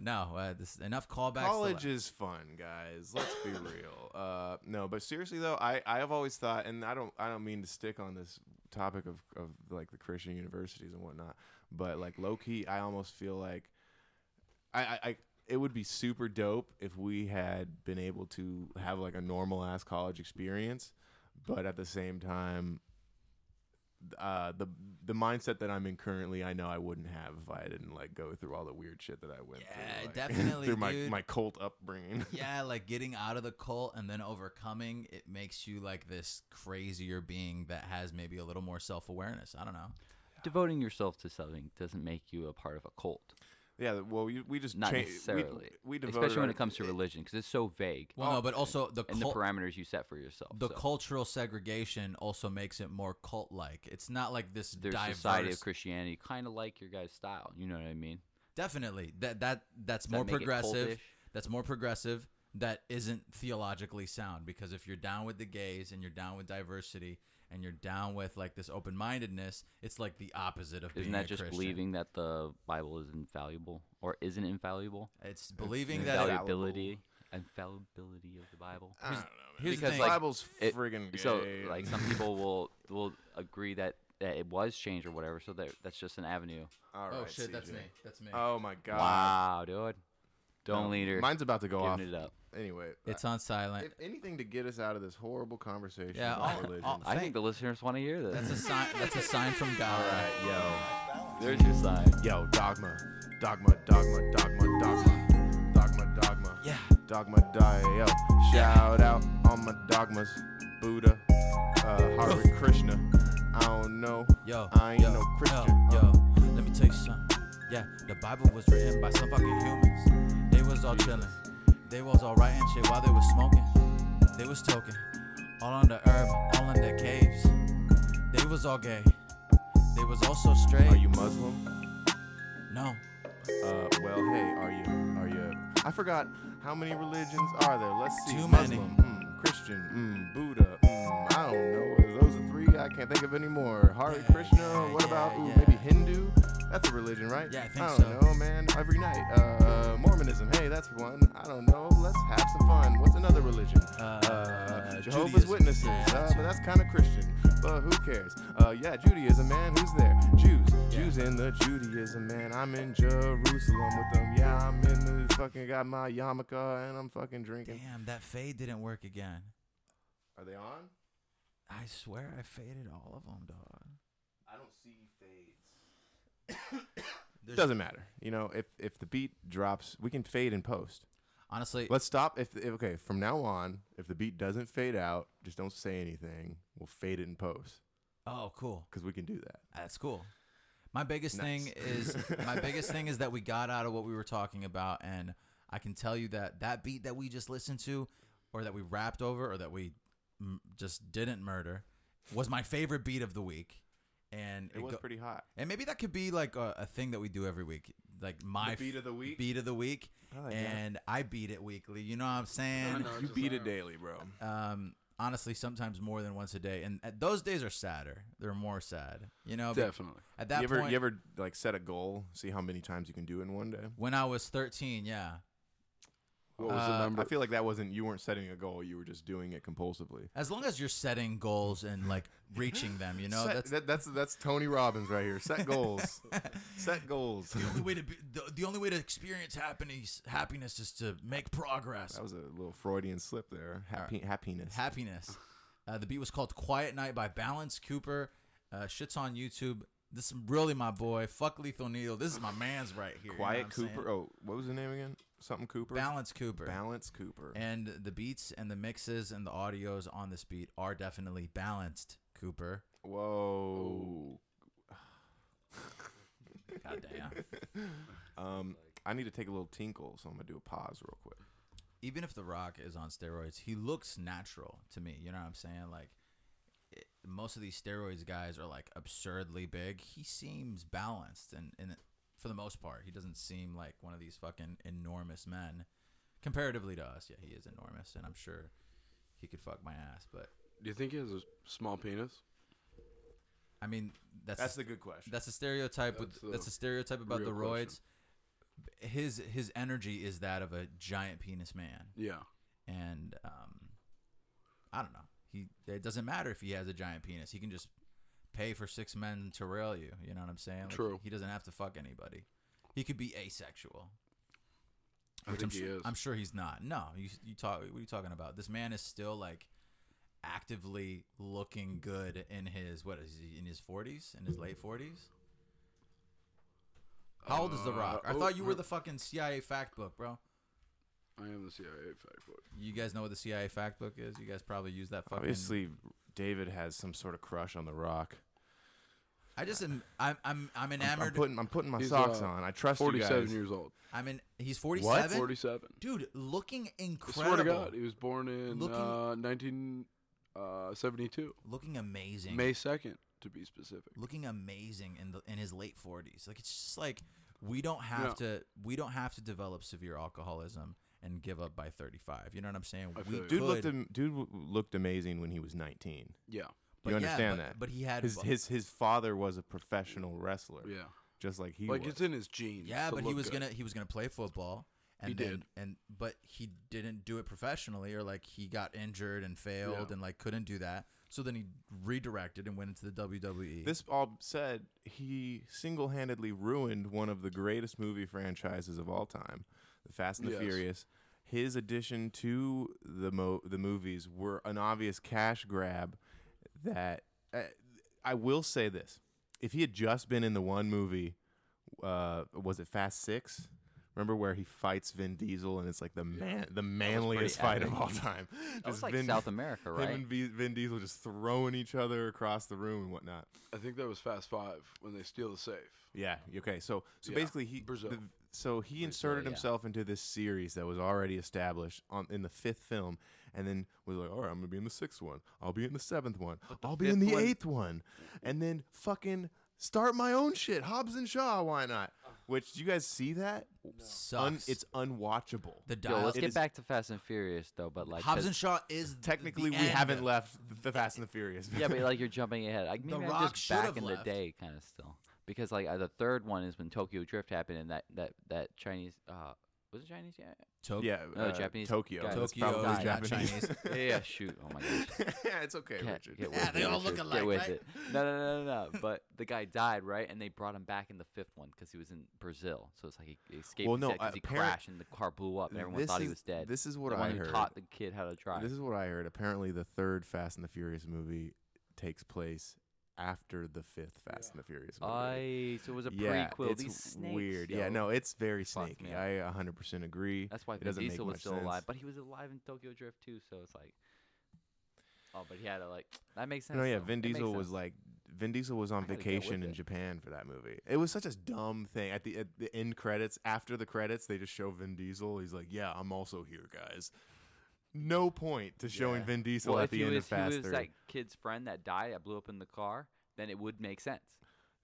no, uh, this enough callbacks. college to, la- is fun, guys. Let's be real. Uh, no, but seriously though, I I have always thought, and I don't I don't mean to stick on this topic of of like the Christian universities and whatnot, but like low key, I almost feel like I I. I it would be super dope if we had been able to have like a normal ass college experience, but at the same time, uh, the the mindset that I'm in currently, I know I wouldn't have if I didn't like go through all the weird shit that I went Yeah, through. like, definitely, through my dude. my cult upbringing. yeah, like getting out of the cult and then overcoming it makes you like this crazier being that has maybe a little more self awareness. I don't know. Devoting yourself to something doesn't make you a part of a cult, Yeah, th- well, we, we just not cha- necessarily. We, we devoted especially when our- it comes to religion, because it's so vague. Oh, Well, no, but also the and the cult- parameters you set for yourself. The so. cultural segregation also makes it more cult like. It's not like this their diverse. society of Christianity, kind of like your guys' style. You know what I mean? definitely that that that's that more make it progressive. cultish? That's more progressive. That isn't theologically sound because if you're down with the gays and you're down with diversity and you're down with like this open mindedness, it's like the opposite of Isn't being that a just Christian. believing that the Bible is infallible or isn't infallible? It's believing that. It, Infallibility, infallibility of the Bible. I don't know. here's the man. because, thing. like, Bible's It- friggin' gay. So, like, some people will will agree that, that it was changed or whatever. So that that's just an avenue. All oh right, shit, that's CJ. me. That's me. Oh my god. wow, dude, don't No, leader. Mine's about to go giving off. it up. Anyway, it's on I- silent. if anything to get us out of this horrible conversation Yeah, about I'll- religion. I'll- I think Thank- the listeners want to hear that's a this. sign. That's a sign from God. There's your side. Yo, dogma, dogma, dogma, dogma, dogma, dogma, dogma. Yeah. Dogma die. Yo, shout out all my dogmas. Buddha, uh, Hare Krishna. I don't know. Yo, I ain't yo, no yo, Christian. uh. Yo, let me tell you something. Yeah, the Bible was written by some fucking humans. They was all chilling. They was all writing shit while they was smoking. They was token. All on the herb, all in their caves. They was all gay. They was also straight. Are you Muslim? no. Uh, well, hey, are you? Are you? I forgot how many religions are there. Let's see. Too many. Muslim, mm, Christian, mm, Buddha. Mm, I don't know. Those are three. I can't think of any more. Hare Yeah, Krishna. yeah, what about yeah, ooh, yeah. maybe Hindu? That's a religion, right? Yeah, I think I so. don't know, man. Every night. Uh, Mormonism. Hey, that's one. I don't know. Let's have some fun. What's another religion. Uh, Jehovah's Judaism. Witnesses, uh, but that's kind of Christian. But who cares? Uh, yeah, Judaism, man. Who's there? Jews. Jews in the Judaism, man. I'm in Jerusalem with them. Yeah, I'm in the fucking got my yarmulke and I'm fucking drinking. Damn, that fade didn't work again. Are they on? I swear I faded all of them, dog. I don't see fades. Doesn't matter. You know, if if the beat drops, we can fade and post. Honestly, Let's stop. If, if okay, from now on, if the beat doesn't fade out, just don't say anything. We'll fade it in post oh, cool. because we can do that. That's cool. My biggest thing Nice. is my biggest thing is that we got out of what we were talking about, and I can tell you that that beat that we just listened to, or that we rapped over, or that we m- just didn't murder, was my favorite beat of the week. And It was go- pretty hot. and maybe that could be like a, a thing that we do every week, like my beat f- of the week? Oh, beat of the week, I like that. and I beat it weekly. You know what I'm saying? You beat it daily, bro. Um, honestly, sometimes more than once a day, and uh, those days are sadder. They're more sad. You know, be- Definitely. At You that ever point, you ever like set a goal, see how many times you can do it in one day? when I was 13, yeah, What was Uh, the number? I feel like that wasn't you weren't setting a goal, you were just doing it compulsively. as long as you're setting goals and like reaching them, you know, Set- that's that, that's that's Tony Robbins right here. Set goals. set goals. the only way to be, the, the only way to experience happiness happiness is to make progress. That was a little Freudian slip there. Happy, happiness. happiness. Uh, the beat was called "Quiet Night" by Balance Cooper. Uh, shit's on YouTube. This is really my boy. Fuck Lethal Needle. This is my man's right here. you know what Quiet I'm saying? Cooper. Oh, what was the name again? Something Cooper. Balance Cooper. Balance Cooper. And the beats and the mixes and the audios on this beat are definitely balanced, Cooper. Oh. Whoa. Goddamn. Um, I need to take a little tinkle, so I'm gonna do a pause real quick. even if The Rock is on steroids, he looks natural to me. You know what I'm saying? Like it, most of these steroids guys are like absurdly big. He seems balanced, and and for the most part, he doesn't seem like one of these fucking enormous men. Comparatively to us, yeah, he is enormous, and I'm sure he could fuck my ass. But Do you think he has a small penis? I mean, that's That's the good question. That's a stereotype. That's with, the that's a stereotype about real the roids. question. His his energy is that of a giant penis man, Yeah. Oh, and um, I don't know. He it doesn't matter if he has a giant penis. He can just pay for six men to rail you. You know what I'm saying? Like, True. He doesn't have to fuck anybody. He could be asexual. I Which think I'm, he sure, is. I'm sure he's not. No, you you talk. What are you talking about? This man is still like actively looking good in his what is he in his 40s in his late 40s how old is The Rock? I oh, thought you were uh, the fucking CIA fact book, bro. I am the CIA fact book. You guys know what the CIA fact book is? You guys probably use that fucking. Obviously, David has some sort of crush on The Rock. I just am. I'm. I'm. I'm I'm, enamored. I'm, putting I'm putting my He's, socks uh, on. I trust you guys. 47 years old. in. He's 47. 47. Dude, looking I incredible. swear to God, he was born in Looking- uh, 1972, Looking amazing. May 2nd, to be specific. looking amazing in the in his late 40s. Like it's just like we don't have to. We don't have to develop severe alcoholism and give up by 35. You know what I'm saying? I we feel you. Dude could, looked am- dude w- looked amazing when he was 19. Yeah, but yeah, you understand but- that? But he had his bu- his his father was a professional wrestler. yeah. just like he like was. it's in his genes. Yeah, to but he look was good. gonna he was gonna play football. And He then, did. and but he didn't do it professionally, or like he got injured and failed, Yeah. and like couldn't do that. So then he redirected and went into the E. WWE. This all said, he single-handedly ruined one of the greatest movie franchises of all time, The Fast and the Yes. Furious. His addition to the mo- the movies were an obvious cash grab. That uh, I will say this: if he had just been in the one movie, uh, was it Fast Six? Remember where he fights Vin Diesel and it's like the man, the manliest fight of epic. all time. Just That was like Vin- South America, Him right? and V- Vin Diesel just throwing each other across the room and whatnot. I think that was Fast Five when they steal the safe. Yeah. Okay. So so Yeah, basically he Brazil. the- so he inserted yeah. himself into this series that was already established on in the fifth film, and then was like, "All right, I'm gonna be in the sixth one. I'll be in the seventh one. I'll be in fifth the one- eighth one, and then fucking start my own shit. Hobbs and Shaw. Why not? Which do you guys see that? Un, Sucks. it's unwatchable. the Yo, dial. let's it get is- back to Fast and Furious though, but like Hobbs 'cause- and Shaw is th- Technically, the we end. haven't left the Fast and the Furious. yeah, but like you're jumping ahead. Like maybe I'm Rock just should have back in left. the day, kind of still, because like uh, the third one is when Tokyo Drift happened, and that that that Chinese uh, Was it Chinese? Yeah. Tokyo. Yeah, No, uh, oh, Japanese Tokyo. guy. That's Tokyo probably is not Chinese. Yeah, yeah, shoot. Oh my gosh. yeah, it's okay, Get- Richard. get with it, Richard. Get with it. No, no, no, no, no. But the guy died, right? And they brought him back in the fifth one because he was in Brazil. So it's like he, he escaped. Well, the no, set 'cause he apparent- crashed and the car blew up and everyone This thought he is- was dead. This is what the I one who heard. taught the kid how to drive. This is what I heard. Apparently, the third Fast and the Furious movie takes place after the fifth Fast and the Furious movie. I so it was a yeah, prequel. It's These snakes, weird. Yeah, yo. no, it's very Fucked snaky. me up. I 100% agree. That's why it Vin doesn't Diesel make was much still alive, sense. but he was alive in Tokyo Drift too. So it's like, oh, but he had a like that makes sense. No, yeah, though. Vin It makes Diesel was sense. like Vin Diesel was on I gotta get vacation with in it. Japan for that movie. It was such a dumb thing. At the at the end credits, after the credits, they just show Vin Diesel. He's like, "Yeah, I'm also here, guys." No point to showing Yeah. Vin Diesel well, at if the he end was, of Fast If he was 3. that kid's friend that died that blew up in the car, then it would make sense.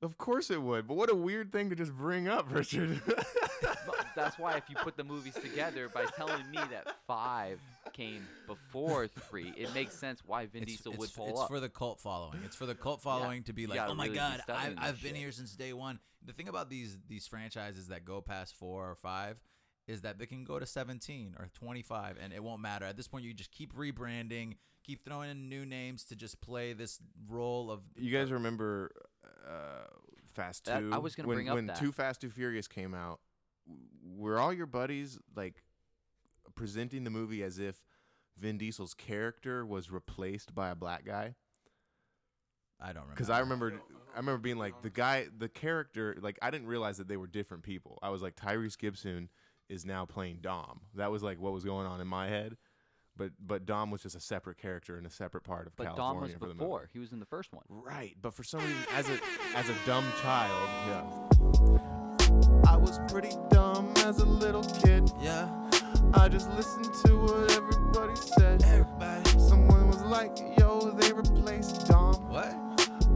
Of course it would, but what a weird thing to just bring up, Richard. But that's why if you put the movies together by telling me that five came before three, it makes sense why Vin It's, Diesel it's, would pull it's up. for the cult following. It's for the cult following to be You like, gotta oh my really be god, I, studying that I've been shit." here since day one. The thing about these these franchises that go past four or five is that they can go to 17 or 25 and it won't matter. At this point, you just keep rebranding, keep throwing in new names to just play this role of. you guys remember uh, Fast That- 2? I was gonna when, bring up when that. Too Fast, Too Furious came out. w- Were all your buddies like presenting the movie as if Vin Diesel's character was replaced by a black guy? I don't remember. Because I remember, I remember being like the guy, the character. Like I didn't realize that they were different people. I was like Tyrese Gibson is now playing Dom. That was like what was going on in my head. But but Dom was just a separate character and a separate part of but Dom California was for the movie. before. He was in the first one. Right, but for some reason, as a as a dumb child, yeah. I was pretty dumb as a little kid. Yeah, I just listened to what everybody said. everybody. Someone was like, "Yo, they replaced Dom What?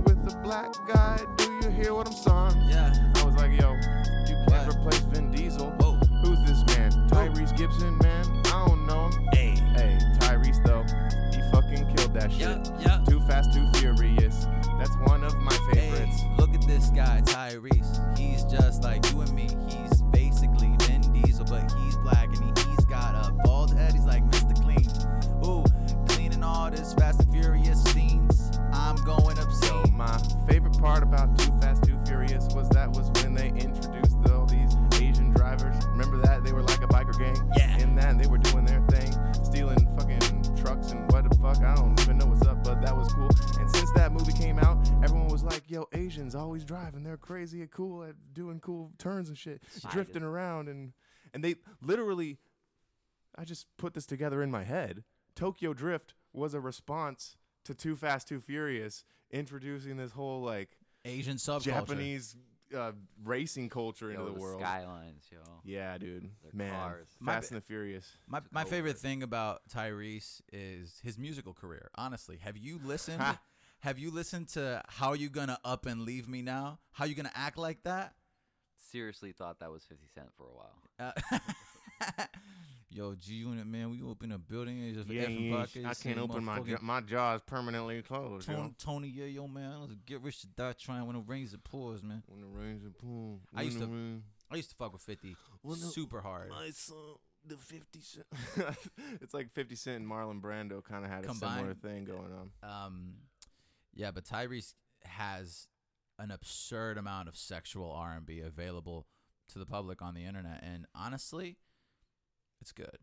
with a black guy." Do you hear what I'm saying? Yeah. Oh, I was like, "Yo, you can't What? replace Vin Diesel." Whoa. Who's this man? Tyrese Gibson, man. I don't know him. Hey. Hey, Tyrese though, he fucking killed that shit. Yup, yup. Too Fast, Too Furious. That's one of my Hey, favorites. look at this guy, Tyrese. He's just like you and me. He's basically Vin Diesel, but he's black and he, he's got a bald head. He's like Mr. Clean. Ooh, cleaning all this Fast and Furious scenes. I'm going So obscene. my favorite part about Too Fast, Too Furious was that was when they introduced all these Asian drivers. Remember that? They were like a biker gang. Yeah. In that, they were doing their thing, stealing fucking trucks and what the fuck. I don't even know what's up, but that was cool. And since that movie came out, everyone was like, yo, Asians always driving. They're crazy and cool at doing cool turns and shit, drifting around. And, and they literally, I just put this together in my head. Tokyo Drift was a response to Too Fast, Too Furious, introducing this whole like Asian subculture. Japanese uh, racing culture into Yo, the, the world. skylines, yo. Yeah, dude. Their Man, cars. My Fast ba- and the Furious. My, took my favorite over. thing about Tyrese is his musical career. Honestly, have you listened? have you listened to "How You Gonna Up and Leave Me Now"? How you gonna act like that? Seriously thought that was 50 Cent for a while. Uh, Yo, G Unit man, we open a building and just effing vodka, I just can't say open my motherfucking jaw, my jaw is permanently closed. Tony, Yo. Tony, yeah, yo, man, let's get rich to die trying when it rains it pours, man. When the rains are pool, I used to- I used to fuck with Fifty Well, no, super hard. My son, the Fifty Cent. it's like Fifty Cent and Marlon Brando kind of had a similar Combined. thing going on. Um, yeah, but Tyrese has an absurd amount of sexual R and B available to the public on the internet, and honestly, it's good.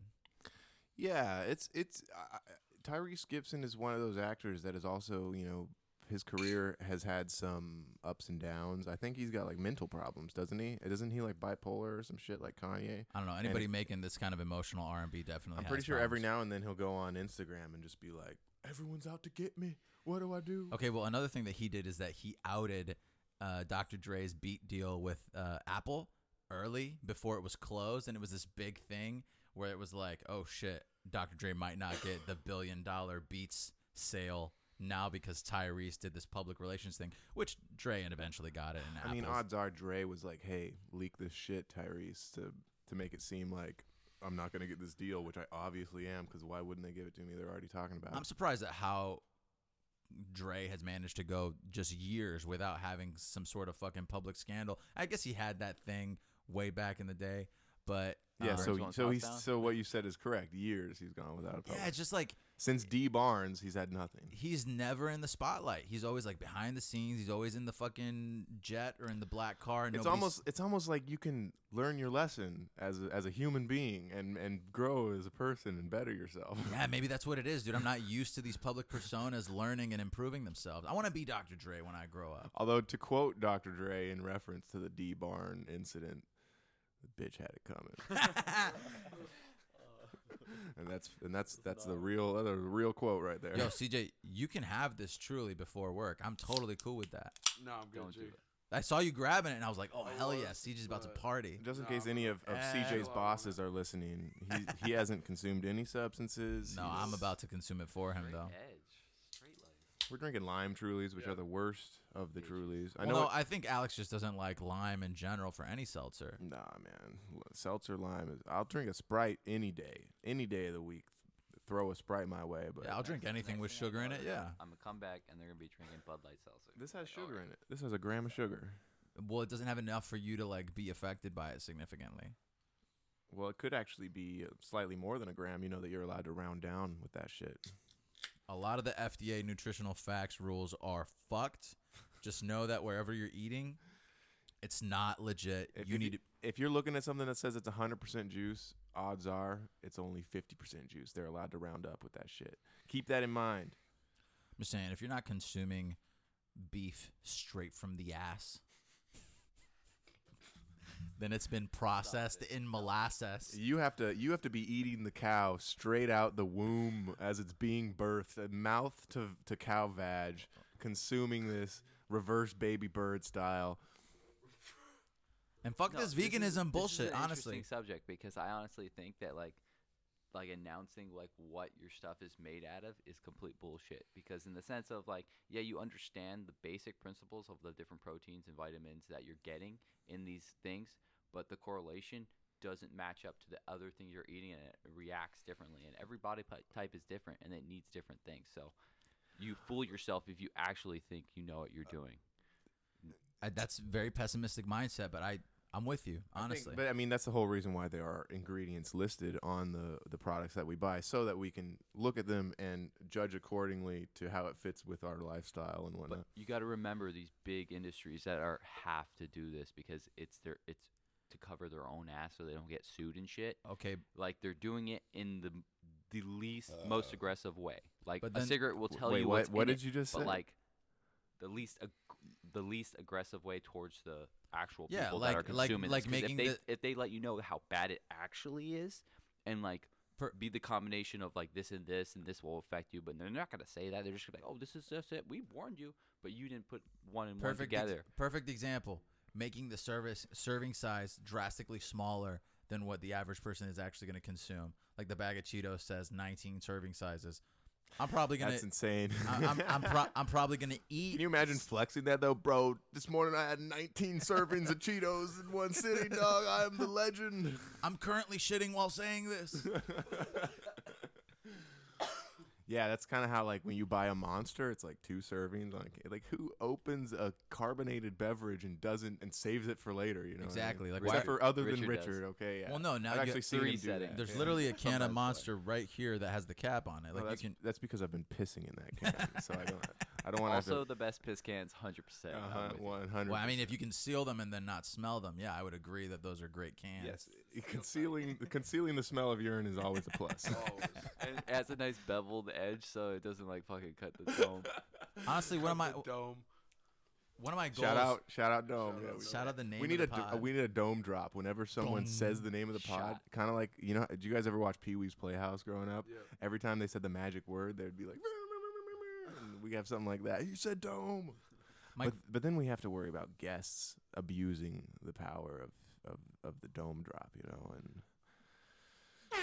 Yeah, it's it's uh, Tyrese Gibson is one of those actors that is also you know his career has had some ups and downs. I think he's got like mental problems, doesn't he? Doesn't he like bipolar or some shit like Kanye? I don't know And anybody it- making this kind of emotional R and B definitely. I'm has pretty sure every problems. now and then he'll go on Instagram and just be like, "Everyone's out to get me. What do I do?" Okay, well, another thing that he did is that he outed uh, Dr. Dre's beat deal with uh, Apple early before it was closed, and it was this big thing where it was like, "Oh shit, Dr. Dre might not get the billion dollar Beats sale now because Tyrese did this public relations thing," which Dre and eventually got it. And I mean, Apple's- odds are Dre was like, "Hey, leak this shit, Tyrese, to to make it seem like." I'm not gonna get this deal, which I obviously am, because why wouldn't they give it to me? They're already talking about it. I'm surprised at how Dre has managed to go just years without having some sort of fucking public scandal. I guess he had that thing way back in the day, but Yeah, Um, so Burns so won't he's touchdown? so what you said is correct. Years he's gone without a public. yeah, it's just like Since D Barnes, he's had nothing. he's never in the spotlight. He's always like behind the scenes. He's always in the fucking jet or in the black car. It's Nobody's- almost it's almost like you can learn your lesson as a, as a human being and and grow as a person and better yourself. yeah, maybe that's what it is, dude. I'm not used to these public personas learning and improving themselves. I want to be Dr. Dre when I grow up. Although to quote Dr. Dre in reference to the D Barn incident, the bitch had it coming. and that's and that's that's the real that's the real quote right there. Yo, CJ, you can have this truly before work. I'm totally cool with that. No, I'm good, Don't do G. it. I saw you grabbing it, and I was like, oh hell was, yeah, CJ's about to but- party. Just in Nah, case any of, of Eh, CJ's well, bosses are listening, he he hasn't consumed any substances. No, He's- I'm about to consume it for him though. Edge. Straight leg. We're drinking lime Trulies, which are the worst of the Trulies. I I know. know. Well, no, it- I think Alex just doesn't like lime in general for any seltzer. nah, man, seltzer lime is. I'll drink a Sprite any day, any day of the week. Throw a Sprite my way, but Yeah, I'll drink anything with sugar in it. Yeah. I'm gonna come back and they're gonna be drinking Bud Light seltzer. this has sugar in it. This has a gram of sugar. Well, it doesn't have enough for you to like be affected by it significantly. Well, it could actually be uh, slightly more than a gram. You know that you're allowed to round down with that shit. A lot of the FDA nutritional facts rules are fucked. Just know that wherever you're eating, it's not legit. If you need to if you're looking at something that says it's 100% juice, odds are it's only 50% juice. They're allowed to round up with that shit. Keep that in mind. I'm just saying, if you're not consuming beef straight from the ass, then it's been processed in molasses. You have to you have to be eating the cow straight out the womb as it's being birthed, uh, mouth to to cow vag, consuming this reverse baby bird style. And fuck No, this is- veganism this bullshit, is an honestly. interesting subject because I honestly think that like like announcing like what your stuff is made out of is complete bullshit because in the sense of like yeah you understand the basic principles of the different proteins and vitamins that you're getting in these things but the correlation doesn't match up to the other things you're eating and it reacts differently and every body pi- type is different and it needs different things so you fool yourself if you actually think you know what Uh, you're doing I, that's very pessimistic mindset, but I, I'm with you, honestly. But I mean, that's the whole reason why there are ingredients listed on the the products that we buy, so that we can look at them and judge accordingly to how it fits with our lifestyle and whatnot. But you got to remember these big industries that are have to do this because it's their it's to cover their own ass so they don't get sued and shit. okay, Like they're doing it in the the least most aggressive way. Like But a then- cigarette will tell wait, you what- what's what in did it, you just but say? like the least ag- the least aggressive way towards the actual Yeah, people like- that are like- consuming like this. 'Cause making if they the- if they let you know how bad it actually is and like Per- be the combination of like this and this and this will affect you, but they're not gonna say that. They're just gonna be like, oh, this is just it. We warned you, but you didn't put one and perfect one ex- together. perfect example making the service serving size drastically smaller than what the average person is actually going to consume like the bag of cheetos says 19 serving sizes i'm probably going That's to insane. I'm, I'm, pro- I'm probably going to eat Can you imagine flexing that though, bro? This morning I had 19 servings of Cheetos in one sitting, dog. I am the legend. i'm currently shitting while saying this Yeah, that's kind of how like when you buy a monster, it's like two servings on a, like who opens a carbonated beverage and doesn't and saves it for later, you know? what I mean? Exactly, like except Richard- for other than Richard does. Richard, okay? Yeah. Well, no, now I've you actually got seen three him do that, settings. there's yeah. literally a can Sometimes, of like- monster right here that has the cap on it like Well, you Oh, that's, can that's because I've been pissing in that can, so I don't. I don't want Also, to. the best piss cans, hundred percent. Uh-huh, 100. well i mean if you can seal them and then not smell them yeah i would agree that those are great cans yes, concealing concealing the smell of urine is always a Oh, plus. and it has a nice beveled edge, so it doesn't like fucking cut the dome. honestly one of my Dome. one of my goals Shout out, shout out, Dome. Yeah, we- shout out the name we need of a the do- pod. we need a dome drop whenever someone says the name of the pod. Kind of like you know, did you guys ever watch Pee Wee's Playhouse growing up? Every time they said the magic word, they'd be like, and we have something like that. You said dome, My- but but then we have to worry about guests abusing the power of of, of the dome drop, you know, and.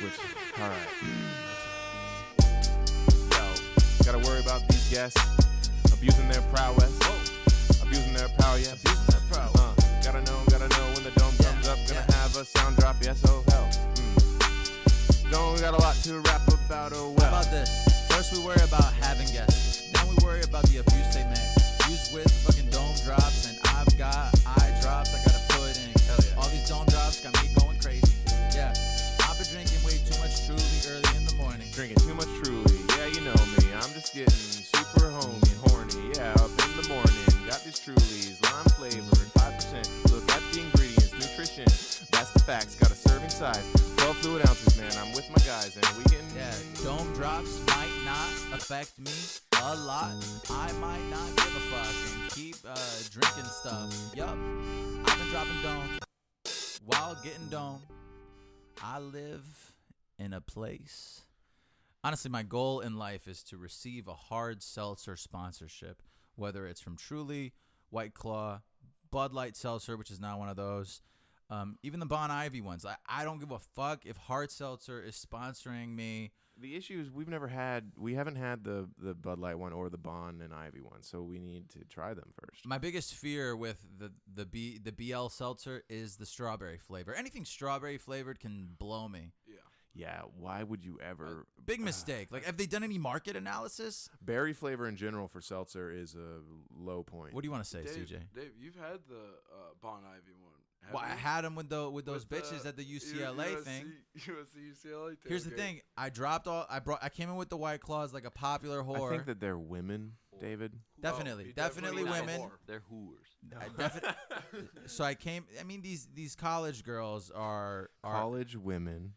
Which, all right, gotta worry about these guests abusing their prowess, abusing their power, yes. Uh, gotta know, gotta know when the dome comes up. Gonna have a sound drop, yes, oh hell. Mm. Dome got a lot to rap about, How oh well. about this? First we worry about having guests. Then we worry about the abuse they make. Use with fucking dome drops and I've got eye drops I gotta put in. Hell yeah. All these dome drops got me going crazy. Yeah. I've been drinking way too much truly early in the morning. Drinking too much truly. Yeah, you know me. I'm just getting super homey, horny. Yeah, up in the morning. Got this truly's lime flavored, 5%. Look at the ingredients, nutrition. That's the facts. Got a serving size. 12 fluid ounces, man. I'm with my guys and we getting. Yeah, dome drops might not affect me a lot. I might not give a fuck and keep uh, drinking stuff. Yup, I've been dropping dome while getting dome. I live in a place. Honestly, my goal in life is to receive a hard seltzer sponsorship, whether it's from Truly, White Claw, Bud Light Seltzer, which is not one of those, um, even the Bon Ivy ones. I, I don't give a fuck if Hard Seltzer is sponsoring me. The issue is we've never had, we haven't had the, the Bud Light one or the Bond and Ivy one, so we need to try them first. My biggest fear with the the B the BL seltzer is the strawberry flavor. Anything strawberry flavored can blow me. Yeah, why would you ever? Big mistake. Like, have they done any market analysis? Berry flavor in general for seltzer is a low point. What do you want to say, Dave, CJ? Dave, you've had the uh, Bon Ivy one. haven't Well, I you? had them with the with those With bitches at the U- UCLA USC thing. USC UCLA. Here's the tailgate. thing. I dropped all. I brought. I came in with the white claws like a popular I whore. think that they're women, David. definitely, he definitely definitely not a women. whore. They're whores. I defi- so I came. I mean, these these college girls are are. College women.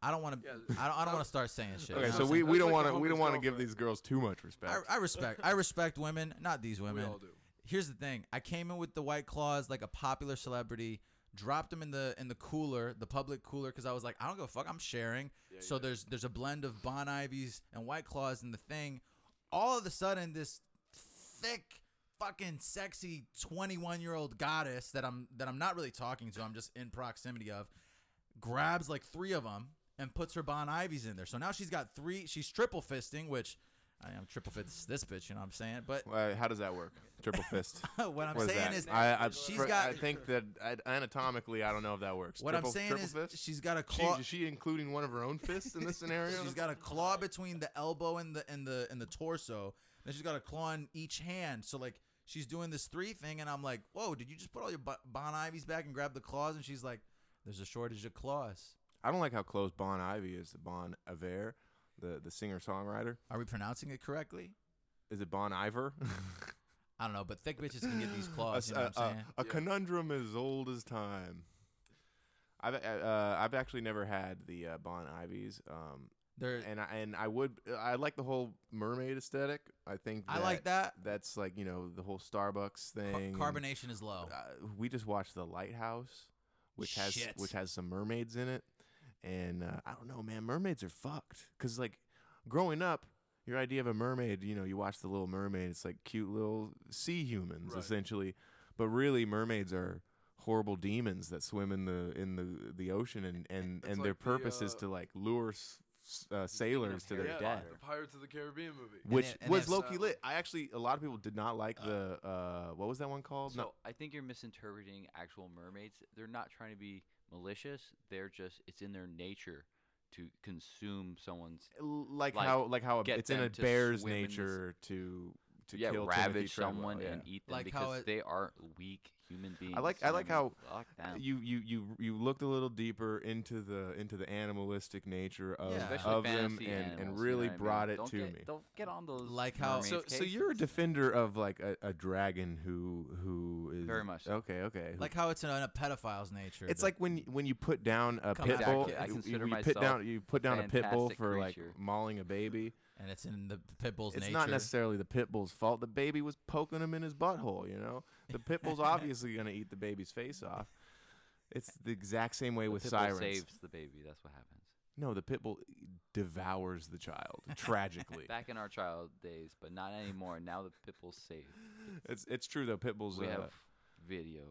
I don't want to. Yeah, I don't. I don't want to start saying shit. Okay, you know so what I'm we, saying? we That's don't like want a to we don't homeless want to give girlfriend. these girls too much respect. I, I respect. I respect women, not these women. all do. Here's the thing. I came in with the white claws like a popular celebrity. Dropped them in the in the cooler, the public cooler, because I was like, I don't give a fuck. I'm sharing. so there's there's a blend of Bon Ivies and White Claws in the thing. All of a sudden, this thick, fucking sexy 21 year old goddess that I'm that I'm not really talking to. I'm just in proximity of grabs like three of them and puts her Bon Ivies in there. So now she's got three. She's triple fisting, which I am triple fist this bitch. You know what I'm saying? But Uh, how does that work? Triple fist. what I'm What is saying that? is, I, I, she's fr- got- I think that I, anatomically, I don't know if that works. what triple, I'm saying triple is fist? she's got a She- claw. is she including one of her own fists in this scenario? she's got a claw between the elbow and the and the and the torso. Then she's got a claw in each hand. So like she's doing this three thing, and I'm like, whoa! Did you just put all your Bon Bon Ivies back and grab the claws? And she's like, there's a shortage of claws. I don't like how close Bon Ivy is to Bon Iver, the the singer songwriter. Are we pronouncing it correctly? Is it Bon Iver? I don't know, but thick bitches can get these a claws. Oh, You know what a- I'm a- saying? a conundrum as old as time. I've uh, uh, I've actually never had the uh, Bon Ivies. Um, They're, and I, and I would I like the whole mermaid aesthetic. I think I like that. That's like you know the whole Starbucks Ca- thing. and, carbonation is low. Oh. Uh, we just watched the Lighthouse, which has Shit. which has some mermaids in it, and uh, I don't know, man. Mermaids are fucked because like growing up. Your idea of a mermaid, you know, you watch the Little Mermaid. It's like cute little sea humans, Right. essentially, but really, mermaids are horrible demons that swim in the in the the ocean, and and, and their like the, purpose is uh, to like lure s- s- uh, sailors to their Yeah, death the Pirates of the Caribbean movie. And which it- and was it's, Loki uh, lit. I actually a lot of people did not like the uh what was that one called? So No, I think you're misinterpreting actual mermaids. They're not trying to be malicious. They're just it's in their nature to consume someone's like, like, how like how a, get it's in a them to bear's swim in this- nature to to yeah kill Timothy ravage Treadwell, someone yeah. and eat them Like how because it- they are weak human beings. like- you I know like what mean? Fuck Uh, them. You you you you looked a little deeper into the into the animalistic nature of, Yeah. Especially of them fantasy and, animals, you and know really what I mean? brought it Don't to get- me. Don't get on those Like how- mermaids So so cases. you're a defender of like a, a dragon who who is Very much so. okay okay who like how it's in a pedophile's nature. It's that- like when when you put down a Come pit back bull. here. I you- consider you, put myself down you put down a pit bull fantastic for creature. like mauling a baby. and it's in the pit bull's It's nature. not necessarily the pit bull's fault. The baby was poking him in his butthole. You know, the pit bull's obviously gonna eat the baby's face off. It's the exact same way The with pit bull sirens. saves the baby. That's what happens. No, the pit bull devours the child tragically. Back in our child days, but not anymore. Now the pit bull save. it's it's true though. Pit bulls. We uh, have video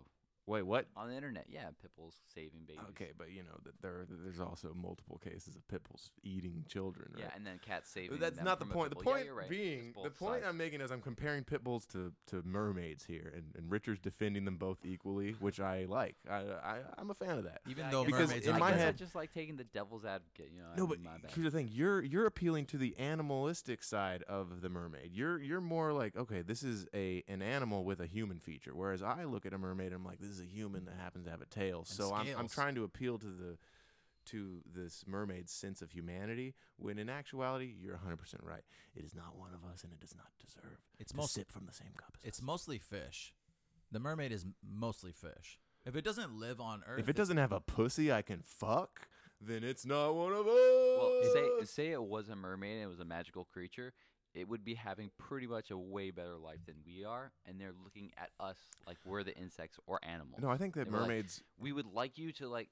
wait, what? on the internet. Yeah, pit bulls saving babies. Okay, but you know that there there's also multiple cases of pit bulls eating children. Right? Yeah, and then cats saving. But that's them not the from a point. The pit bull. Yeah, point you're right. It's being, the both point sides. I'm making is I'm comparing pit bulls to, to mermaids here, and, and Richard's defending them both equally, which I like. I, I I'm a fan of that. Even Yeah, I though guess- Because mermaids in are I my guess I head- just like taking the devil's advocate. You know, I No, but mean, my bad. here's the thing: you're you're appealing to the animalistic side of the mermaid. You're you're more like, okay, this is a an animal with a human feature, whereas I look at a mermaid and I'm like, this is is a human that happens to have a tail. so I'm, I'm scales. trying to appeal to the to this mermaid's sense of humanity when in actuality you're 100% right it is not one of us and it does not deserve It's to most- sip from the same cup as It's us. mostly fish. The mermaid is mostly fish. If it doesn't live on Earth, if it doesn't have a pussy i can fuck then it's not one of us Well, say say it was a mermaid and it was a magical creature, it would be having pretty much a way better life than we are, and they're looking at us like we're the insects or animals. No, I think that They were like, mermaids- we would like you to like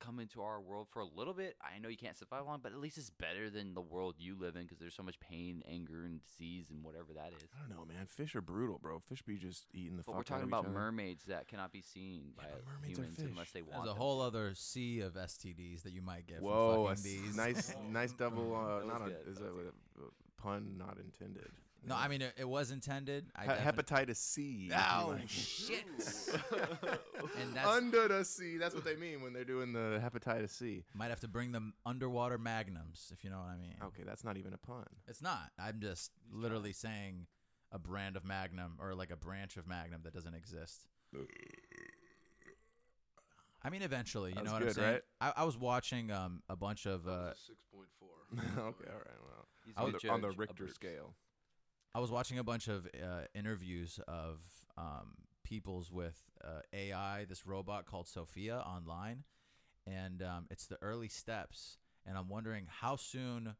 come into our world for a little bit. I know you can't survive long, but at least it's better than the world you live in because there's so much pain, anger, and disease and whatever that is. I don't know, man. Fish are brutal, bro. Fish be just eating the But fuck we're out talking of about each other. mermaids that cannot be seen by but mermaids are humans fish. unless they want there's a them. whole other sea of STDs that you might get Whoa, from a fucking s- these. nice, nice double. Uh, was not good, a, is that that was a, a pun not intended. No, I mean it, it was intended. I He- defin- hepatitis C. if you Oh like. shit! and that's Under the sea. That's what they mean when they're doing the hepatitis C. might have to bring them underwater magnums if you know what I mean. Okay, that's not even a pun. It's not. I'm just literally saying a brand of Magnum or like a branch of Magnum that doesn't exist. I mean, eventually, you That was know what I'm good, saying. right? I, I was watching um, a bunch of uh, Six point four. okay, all right, well, He's a on good the, on the judge of Richter burps. scale. I was watching a bunch of uh, interviews of um, people's with uh, AI, this robot called Sophia online, and um, it's the early steps. And I'm wondering how soon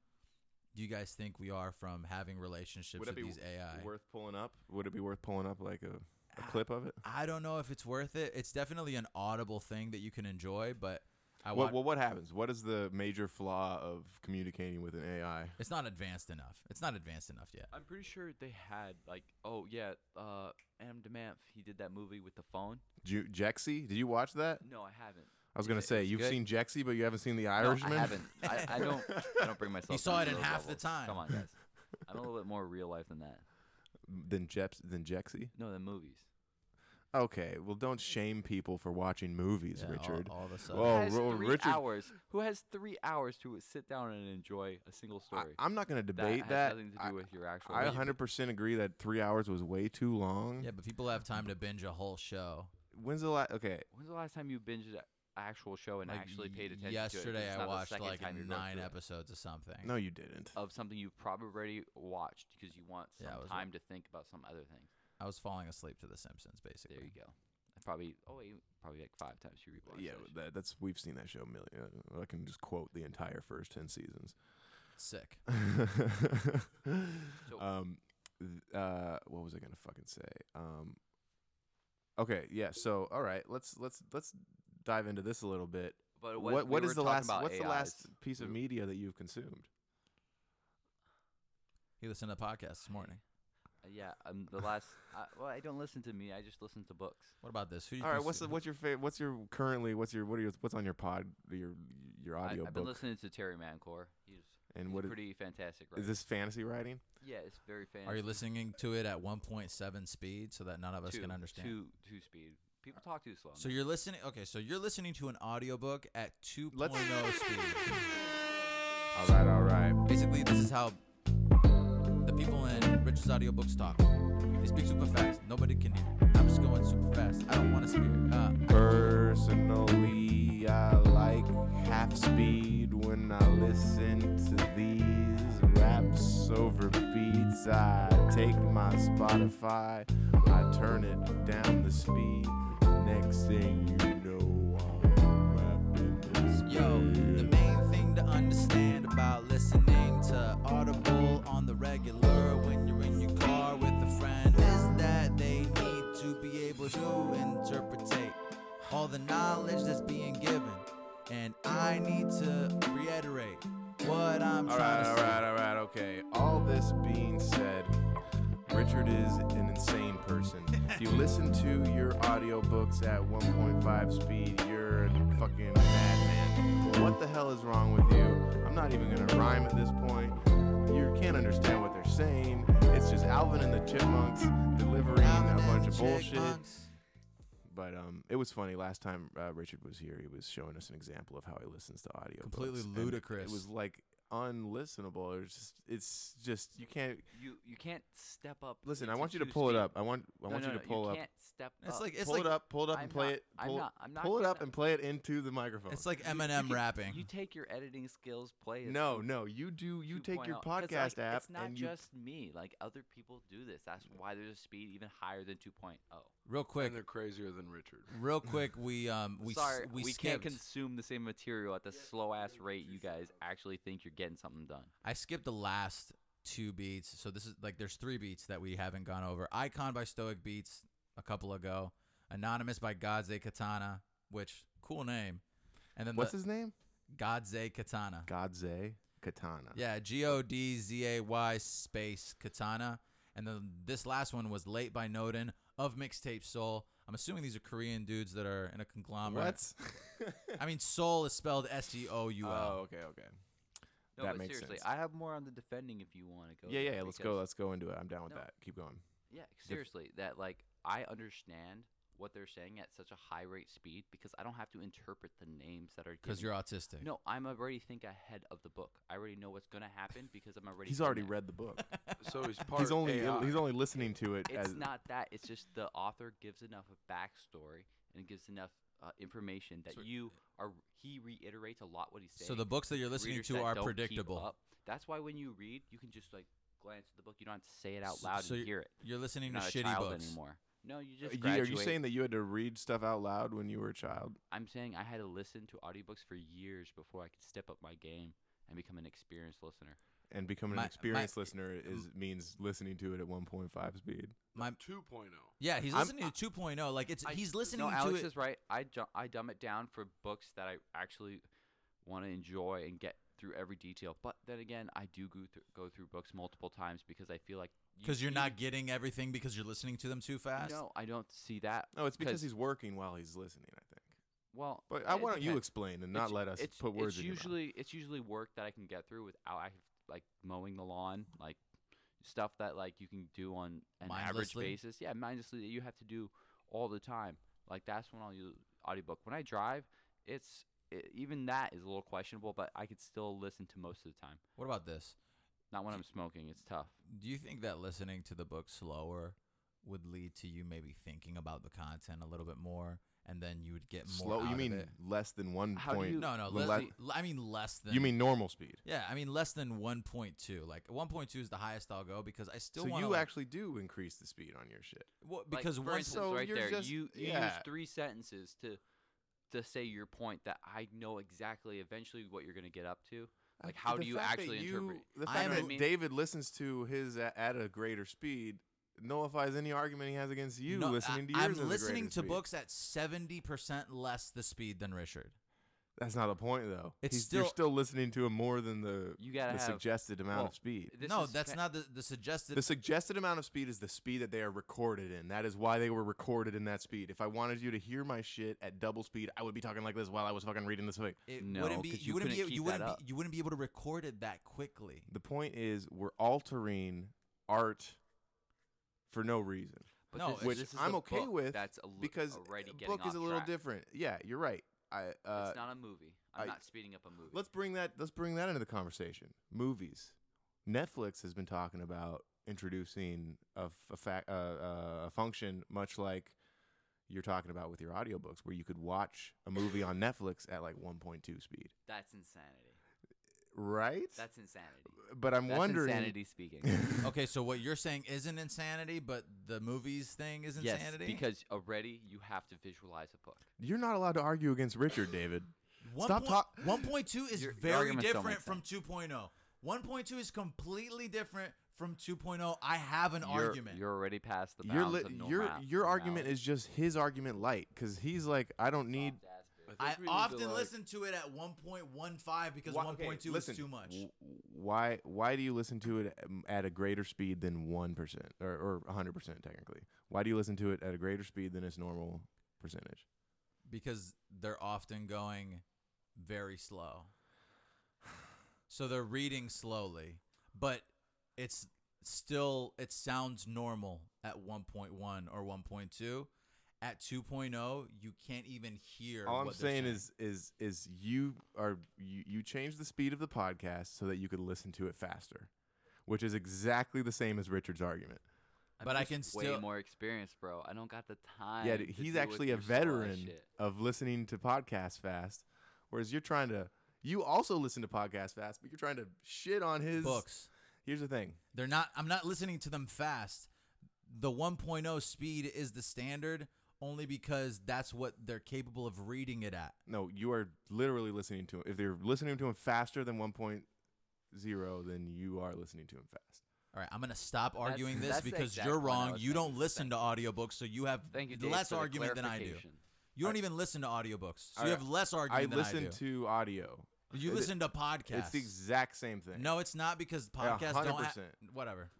do you guys think we are from having relationships Would with it be these AI? worth pulling up? Would it be worth pulling up like a, a Ah. clip of it? I don't know if it's worth it. It's definitely an audible thing that you can enjoy, but I What, want. well, what happens? What is the major flaw of communicating with an AI? it's not advanced enough. It's not advanced enough yet. I'm pretty sure they had like oh yeah, uh Adam DeMath, he did that movie with the phone. Ju- Jexy, did you watch that? No, I haven't. I was gonna Is it- say it's you've good? seen Jexy, but you haven't seen The No, Irishman. I haven't. I, I don't. I don't bring myself. You saw down it to in those half the levels. time. Come on, guys. I'm a little bit more real life than that. Than Jeps, than Jexy. No, the movies. Okay, well, don't shame people for watching movies, Yeah, all- Richard. all of a sudden. Who Well, has well, three Richard, hours? Who has three hours to sit down and enjoy a single I, story? I'm not gonna debate has that. nothing to do I- with your actual I life. 100 percent agree that three hours was way too long. Yeah, but people have time to binge a whole show. When's the last? Okay, When's the last time you binged an actual show and Like, actually paid y- attention? to it? Yesterday, 'Cause it's I not the watched second like time you're going nine through it. episodes of something. no, you didn't. of something you've probably already watched because you want some Yeah, I was wa- time to think about some other thing. I was falling asleep to The Simpsons, There basically. you go. I probably oh wait, probably like five times you rewatched. yeah, that shit. that, that's we've seen that show a million. uh, I can just quote the entire first ten seasons. Sick. So- um, th- uh, what was I gonna fucking say? Um, okay, yeah. So, all right, let's let's let's dive into this a little bit. But it was- what we what were is the talking last about what's the last AIs. piece of We- media that you've consumed? He listened to the podcast this morning. Uh, Yeah, um, the last. I, well, I don't listen to me. I just listen to books. What about this? Who do you All right, what's the, consider- what's your favorite? What's your currently? What's your what are your what's on your pod? Your your I, audio I've been book listening to Terry Mancore. He's and he's what a is- pretty fantastic writer. is this fantasy writing? yeah, it's very fantastic. Are you listening to it at 1.7 speed so that none of us two, can understand? Two two speed. People talk too slow. So man. you're listening. Okay, so you're listening to an audiobook at 2.0 Let's- speed. All right, all right. Basically, this is how the people in Richard's audiobooks talk. They speak super fast. Nobody can hear. I'm just going super fast. I don't want to speak. Uh, Personally, I like half speed when I listen to these raps over beats. I take my Spotify, I turn it down the speed. Next thing you know, I'm rapping this Yo, the Mm. main thing to understand about listening to Audible on the regular when you're in your car with a friend is that they need to be able to interpretate all the knowledge that's being given. And I need to reiterate what I'm All trying right, to all say. right, all right, okay. All this being said, Richard is an insane person. if you listen to your audiobooks at 1.5 speed, you're a fucking madman. What the hell is wrong with you? I'm not even gonna rhyme at this point. You can't understand what they're saying. It's just Alvin and the Chipmunks delivering Alvin and a bunch the of bullshit. Uh, Chipmunks. But um, it was funny. Last time uh, Richard was here, he was showing us an example of how he listens to audio. Completely ludicrous. It was like unlistenable. It's just it's just you can't You you can't step up. listen. I into want you to two pull it speed- up. I want I No, want no, you no, to pull up. can't step It's up. like it's pull like it up. Pull it up and I'm play not- it. I'm Pull, not- I'm not pull it gonna- up and play it into the microphone. it's like You Eminem can- rapping. You take your editing skills, play. as no, two- no. You do. You take your 2.0. oh, 'Cause, podcast like, app It's not and you just me. Like other people do this. That's why there's a speed even higher than oh. 2.0. real quick, And they're crazier than Richard. real quick, we um we s- Sorry, we, can't skipped. consume the same material at the slow ass rate you guys actually think you're getting something done. I skipped the last two beats. So this is like there's three beats that we haven't gone over. Icon by Stoic Beats a couple ago. Anonymous by Godze Katana, which cool name. And then what's the his name? Godze Katana. Godze Katana. Yeah, G O D Z A Y space Katana. And then this last one was Late by Noden of Mixtape Soul. I'm assuming these are Korean dudes that are in a conglomerate. What? I mean, Soul is spelled S E O U oh, L. okay, okay. No, That but makes seriously, sense. I have more on the defending if you want to go. Yeah, there, yeah. Let's go. because- Let's go into it. I'm down with No. that. Keep going. Yeah, seriously, that like I understand what they're saying at such a high rate speed because I don't have to interpret the names that are Because given. you're autistic. No, I'm already think ahead of the book. I already know what's gonna happen because I'm already. He's in already there. read the book. So he's part he's only AI. he's only listening to it. It's as, not that. It's just the author gives enough of backstory and gives enough uh, information that you are. He reiterates a lot what he's saying. So the books that you're listening readers to that are don't keep predictable. up. That's why when you read, you can just like glance at the book. You don't have to say it out So- loud so and you're- hear it. You're listening You're to not a shitty child books. anymore. No, you Uh, just. you- are you graduate. saying that you had to read stuff out loud when you were a child? I'm saying I had to listen to audiobooks for years before I could step up my game and become an experienced listener. And becoming My- my- an experienced listener is means listening to it at 1.5 speed. My 2.0. yeah, he's I'm- listening to 2.0. Like it's he's listening No, to Alex it. is right. I ju- I dumb it down for books that I actually want to enjoy and get through every detail. But then again, I do go through, go through books multiple times because I feel like you because you're need- not getting everything because you're listening to them too fast. No, I don't see that. No, it's because 'cause- he's working while he's listening. I think. well. But uh, it why don't you depends. explain and not It's- let us it's- put words It's in usually it's usually work that I can get through without I have, like mowing the lawn, like stuff that like you can do on an average Mindlessly? basis. Yeah, mindlessly that you have to do all the time. Like that's when I'll use audiobook. When I drive, it's it, even that is a little questionable, but I could still listen to most of the time. What about this? Not when I'm smoking. It's tough. Do you think that listening to the book slower would lead to you maybe thinking about the content a little bit more, and then you would get your mouth. more? Slow. out You of mean it? less than one How do point? you- no, no. le- Less, le- le- I mean less than. you mean normal speed? Yeah, I mean less than 1.2. Like 1.2 is the highest I'll go because I still So want you like, actually do increase the speed on your shit. well, Like, because for once instance, So right you're there, just- you you use yeah. three sentences to to say your point that I know exactly eventually what you're gonna get up to. Like how Uh, The do you fact that actually you- interpret? The I fact am that a- David listens to his at, at a greater speed nullifies any argument he has against you No, listening to I, yours. I'm at a listening greater to speed. books at 70% less the speed than Richard. That's not the point, though. It's He's- you're still- still listening to him more than the You gotta the have- suggested amount well, of speed. this no, is that's fa- not the, the suggested. The suggested amount of speed is the speed that they are recorded in. That is why they were recorded in that speed. If I wanted you to hear my shit at double speed, I would be talking like this while I was fucking reading this thing. it No, wouldn't be 'cause you, you wouldn't be couldn't you keep that wouldn't up. be you wouldn't be able to record it that quickly. The point is, we're altering art for no reason, But No, this is- which this is I'm a okay book with. That's a li- because already a getting book is off a little track. different. Yeah, you're right. I uh, it's not a movie. I'm I- not speeding up a movie. let's bring that let's bring that into the conversation. Movies. Netflix has been talking about introducing a, f- a, fa- uh, uh, a function much like you're talking about with your audiobooks where you could watch a movie on Netflix at like 1.2 speed. That's insanity. Right? That's insanity. but I'm That's wondering insanity speaking. Okay, so what you're saying isn't insanity, but the movies thing is yes, insanity. because already you have to visualize a book. you're not allowed to argue against Richard David. one Stop point- talk- 1.2 is Your- your very arguments don't different make from oh. 2.0. 1.2 is completely different from 2.0. I have an You're- argument. You're already past the Your bounds li- of normal, your your argument is just his argument light cuz he's like I don't need I think we need to, often like- listen to it at 1.15 because Why- 1.2 okay, is listen, too much. w- Why why do you listen to it um, at a greater speed than 1% or, or 100% technically? Why do you listen to it at a greater speed than its normal percentage? because they're often going very slow. So they're reading slowly, but it's still it sounds normal at 1.1 or 1.2. at 2.0, you can't even hear. All I'm what they're saying, is is is you are you, you changed the speed of the podcast so that you could listen to it faster, which is exactly the same as Richard's argument. I'm But I just can way still- more experienced, bro. I don't got the time. yeah, to dude, he's deal with actually a your slow-ass veteran shit. of listening to podcasts fast, whereas you're trying to you also listen to podcasts fast, but you're trying to shit on his books. Here's the thing. They're not. I'm not listening to them fast. The 1.0 speed is the standard only because that's what they're capable of reading it at. No, you are literally listening to him. If they're listening to him faster than 1.0, then you are listening to him fast. All right, I'm gonna stop that's- arguing that's this the because exact you're point I wrong. was You thinking. don't listen to audiobooks, so you have Thank you, Dave, less for the argument than I do. clarification. You don't even listen to audiobooks, so I- you have less I argument than I listen do. to audio. you listen to podcasts. It's the exact same thing. no, it's not because podcasts don't have 100%. whatever.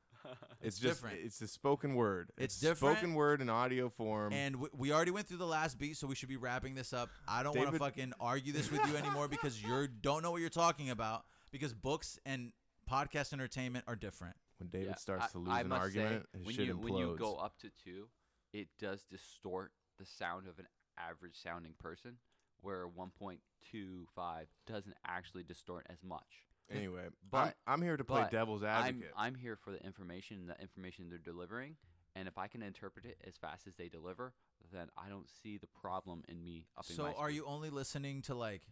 it's just different. it's the spoken word. It's the spoken different. word in audio form. And we, we already went through the last beat, so we should be wrapping this up. I don't want to David- fucking argue this with you anymore because you don't know what you're talking about because books and podcast entertainment are different. when David Yeah, starts I- to lose I an must say, argument, his when shit you implodes. when you go up to two, it does distort the sound of an average sounding person, where 1.25 doesn't actually distort as much. anyway, but- I'm, I'm here to play But devil's advocate. I'm, I'm here for the information, and the information they're delivering, and if I can interpret it as fast as they deliver, then I don't see the problem in me upping So my are speed. you only listening to like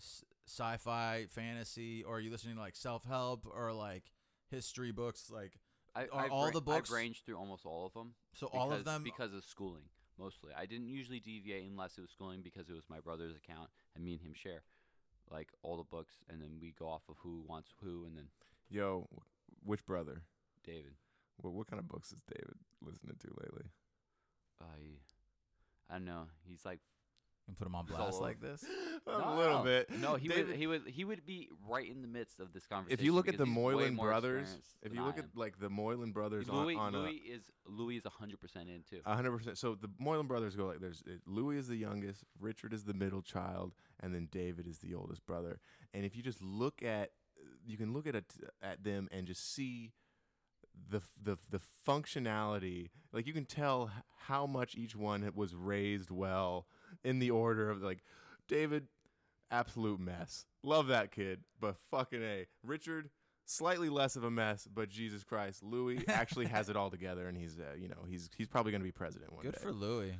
s- sci-fi, fantasy, or are you listening to like self-help or like history books? Like I, are I've all ran- the books? I've ranged through almost all of them. So all of because- them- because of schooling mostly. I didn't usually deviate unless it was schooling because it was my brother's account and me and him share like all the books, and then we go off of who wants who, and then Yo, wh- which brother? David. What, what kind of books is David listening to lately? I, I don't know. He's like and put them on blast. Solo. like this. A No, little no. bit. No, he David, would he would he would be right in the midst of this conversation. if you look at because the he's way Moylan more brothers, experienced if than you look I at am. like the Moylan brothers Louis, on, Uh, on Louis is Louis is hundred percent in too. a hundred percent. So the Moylan brothers go like there's uh, Louis is the youngest, Richard is the middle child, and then David is the oldest brother. And if you just look at, you can look at a, at them and just see the f- the the functionality. Like you can tell h- how much each one was raised well in the order of like David, absolute mess. Love that kid, but fucking a Richard. Slightly less of a mess, but Jesus Christ, Louis actually has it all together, and he's uh, you know he's he's probably going to be president one Good day. for Louis.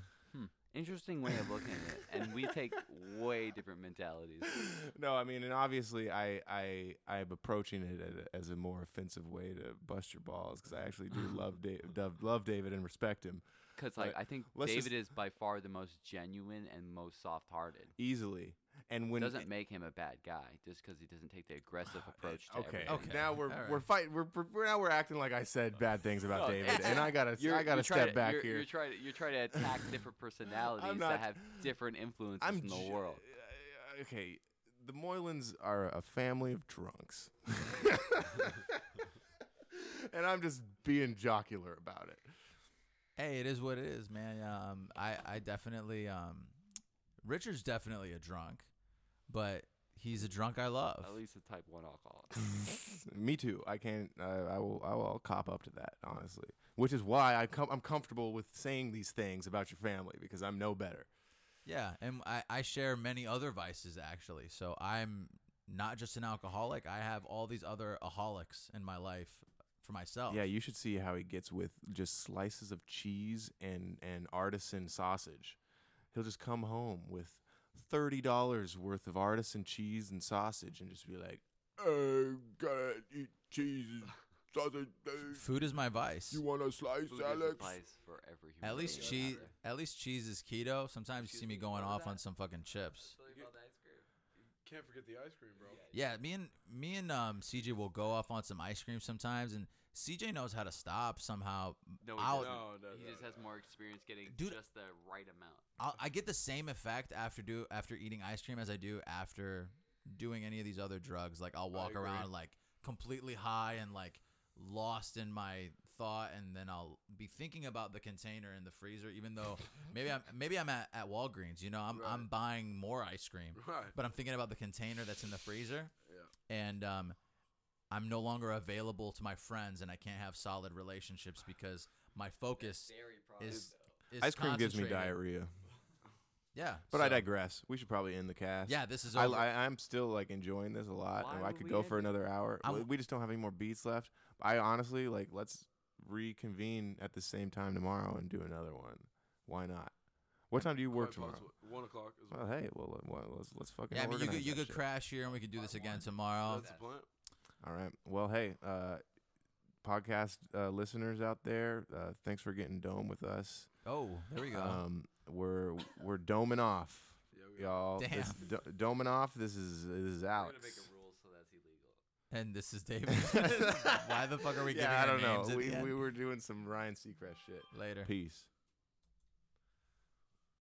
Interesting way of looking at it, and we take way different mentalities. no, I mean, and obviously, I I I'm approaching it at- as a more offensive way to bust your balls because I actually do love da- dov- love David and respect him Because like I think let's David just- is by far the most genuine and most soft-hearted. easily. And when doesn't make him a bad guy just because he doesn't take the aggressive approach to okay, everything. okay, now we're we're fighting. We're, we're now we're acting like I said bad things about No, David, it's- and I gotta I gotta trying step to- back you're, here. You're trying to you're trying to attack different personalities not- that have different influences I'm in the ju- world. uh, okay. The Moylans are a family of drunks, and I'm just being jocular about it. Hey, it is what it is, man. Um, I, I definitely, um, Richard's definitely a drunk, but he's a drunk I love. At least a type one alcoholic. Me too. I can't. Uh, I will. I will I'll cop up to that honestly, which is why I com- I'm comfortable with saying these things about your family because I'm no better. Yeah, and I, I share many other vices actually. So I'm not just an alcoholic. I have all these other aholics in my life for myself. Yeah, you should see how he gets with just slices of cheese and and artisan sausage. He'll just come home with thirty dollars worth of artisan cheese and sausage and just be like, "I gotta eat cheese and sausage. eh? food is my vice. You want a slice, Food is a Alex?" vice for every human At least being out cheese. there. At least cheese is keto. Sometimes you see me going off on some fucking chips. Can't forget the ice cream, bro. Yeah, me and me and um, CJ will go off on some ice cream sometimes, and CJ knows how to stop somehow. No, he I'll, doesn't. No, no, he no, just has more experience getting Dude- just the right amount. I'll, I get the same effect after do after eating ice cream as I do after doing any of these other drugs. Like I'll walk agree. around like completely high and like lost in my thought, and then I'll be thinking about the container in the freezer, even though maybe I'm maybe I'm at, at Walgreens. You know, I'm I'm buying more ice cream, Right. but I'm thinking about the container that's in the freezer, and um, I'm no longer available to my friends, and I can't have solid relationships because my focus is is Ice cream gives me concentrated. diarrhea. Yeah, But I so- digress. We should probably end the cast. Yeah, this is I, over. I, I'm still like enjoying this a lot. Why and I would could we go end for it? another hour. I We- w- we just don't have any more beats left. I honestly like let's reconvene at the same time tomorrow and do another one. Why not? What time do you work Quite tomorrow? possible. One o'clock. Is Well, hey, well, uh, well, let's let's fucking. Yeah, I mean, you organize could you that could shit. crash here and we could do this again tomorrow. That's the plan. All right. Well, hey, uh, podcast uh, listeners out there, uh, thanks for getting dome with us. Oh, there we go. Um, we're we're doming off, Yeah, we are. y'all. Damn. This do- doming off. This is this is We're Alex. gonna make a rule so that's illegal. and this is David. Why the fuck are we yeah, I giving don't our know. names at we the end? we were doing some Ryan Seacrest shit. later? Peace.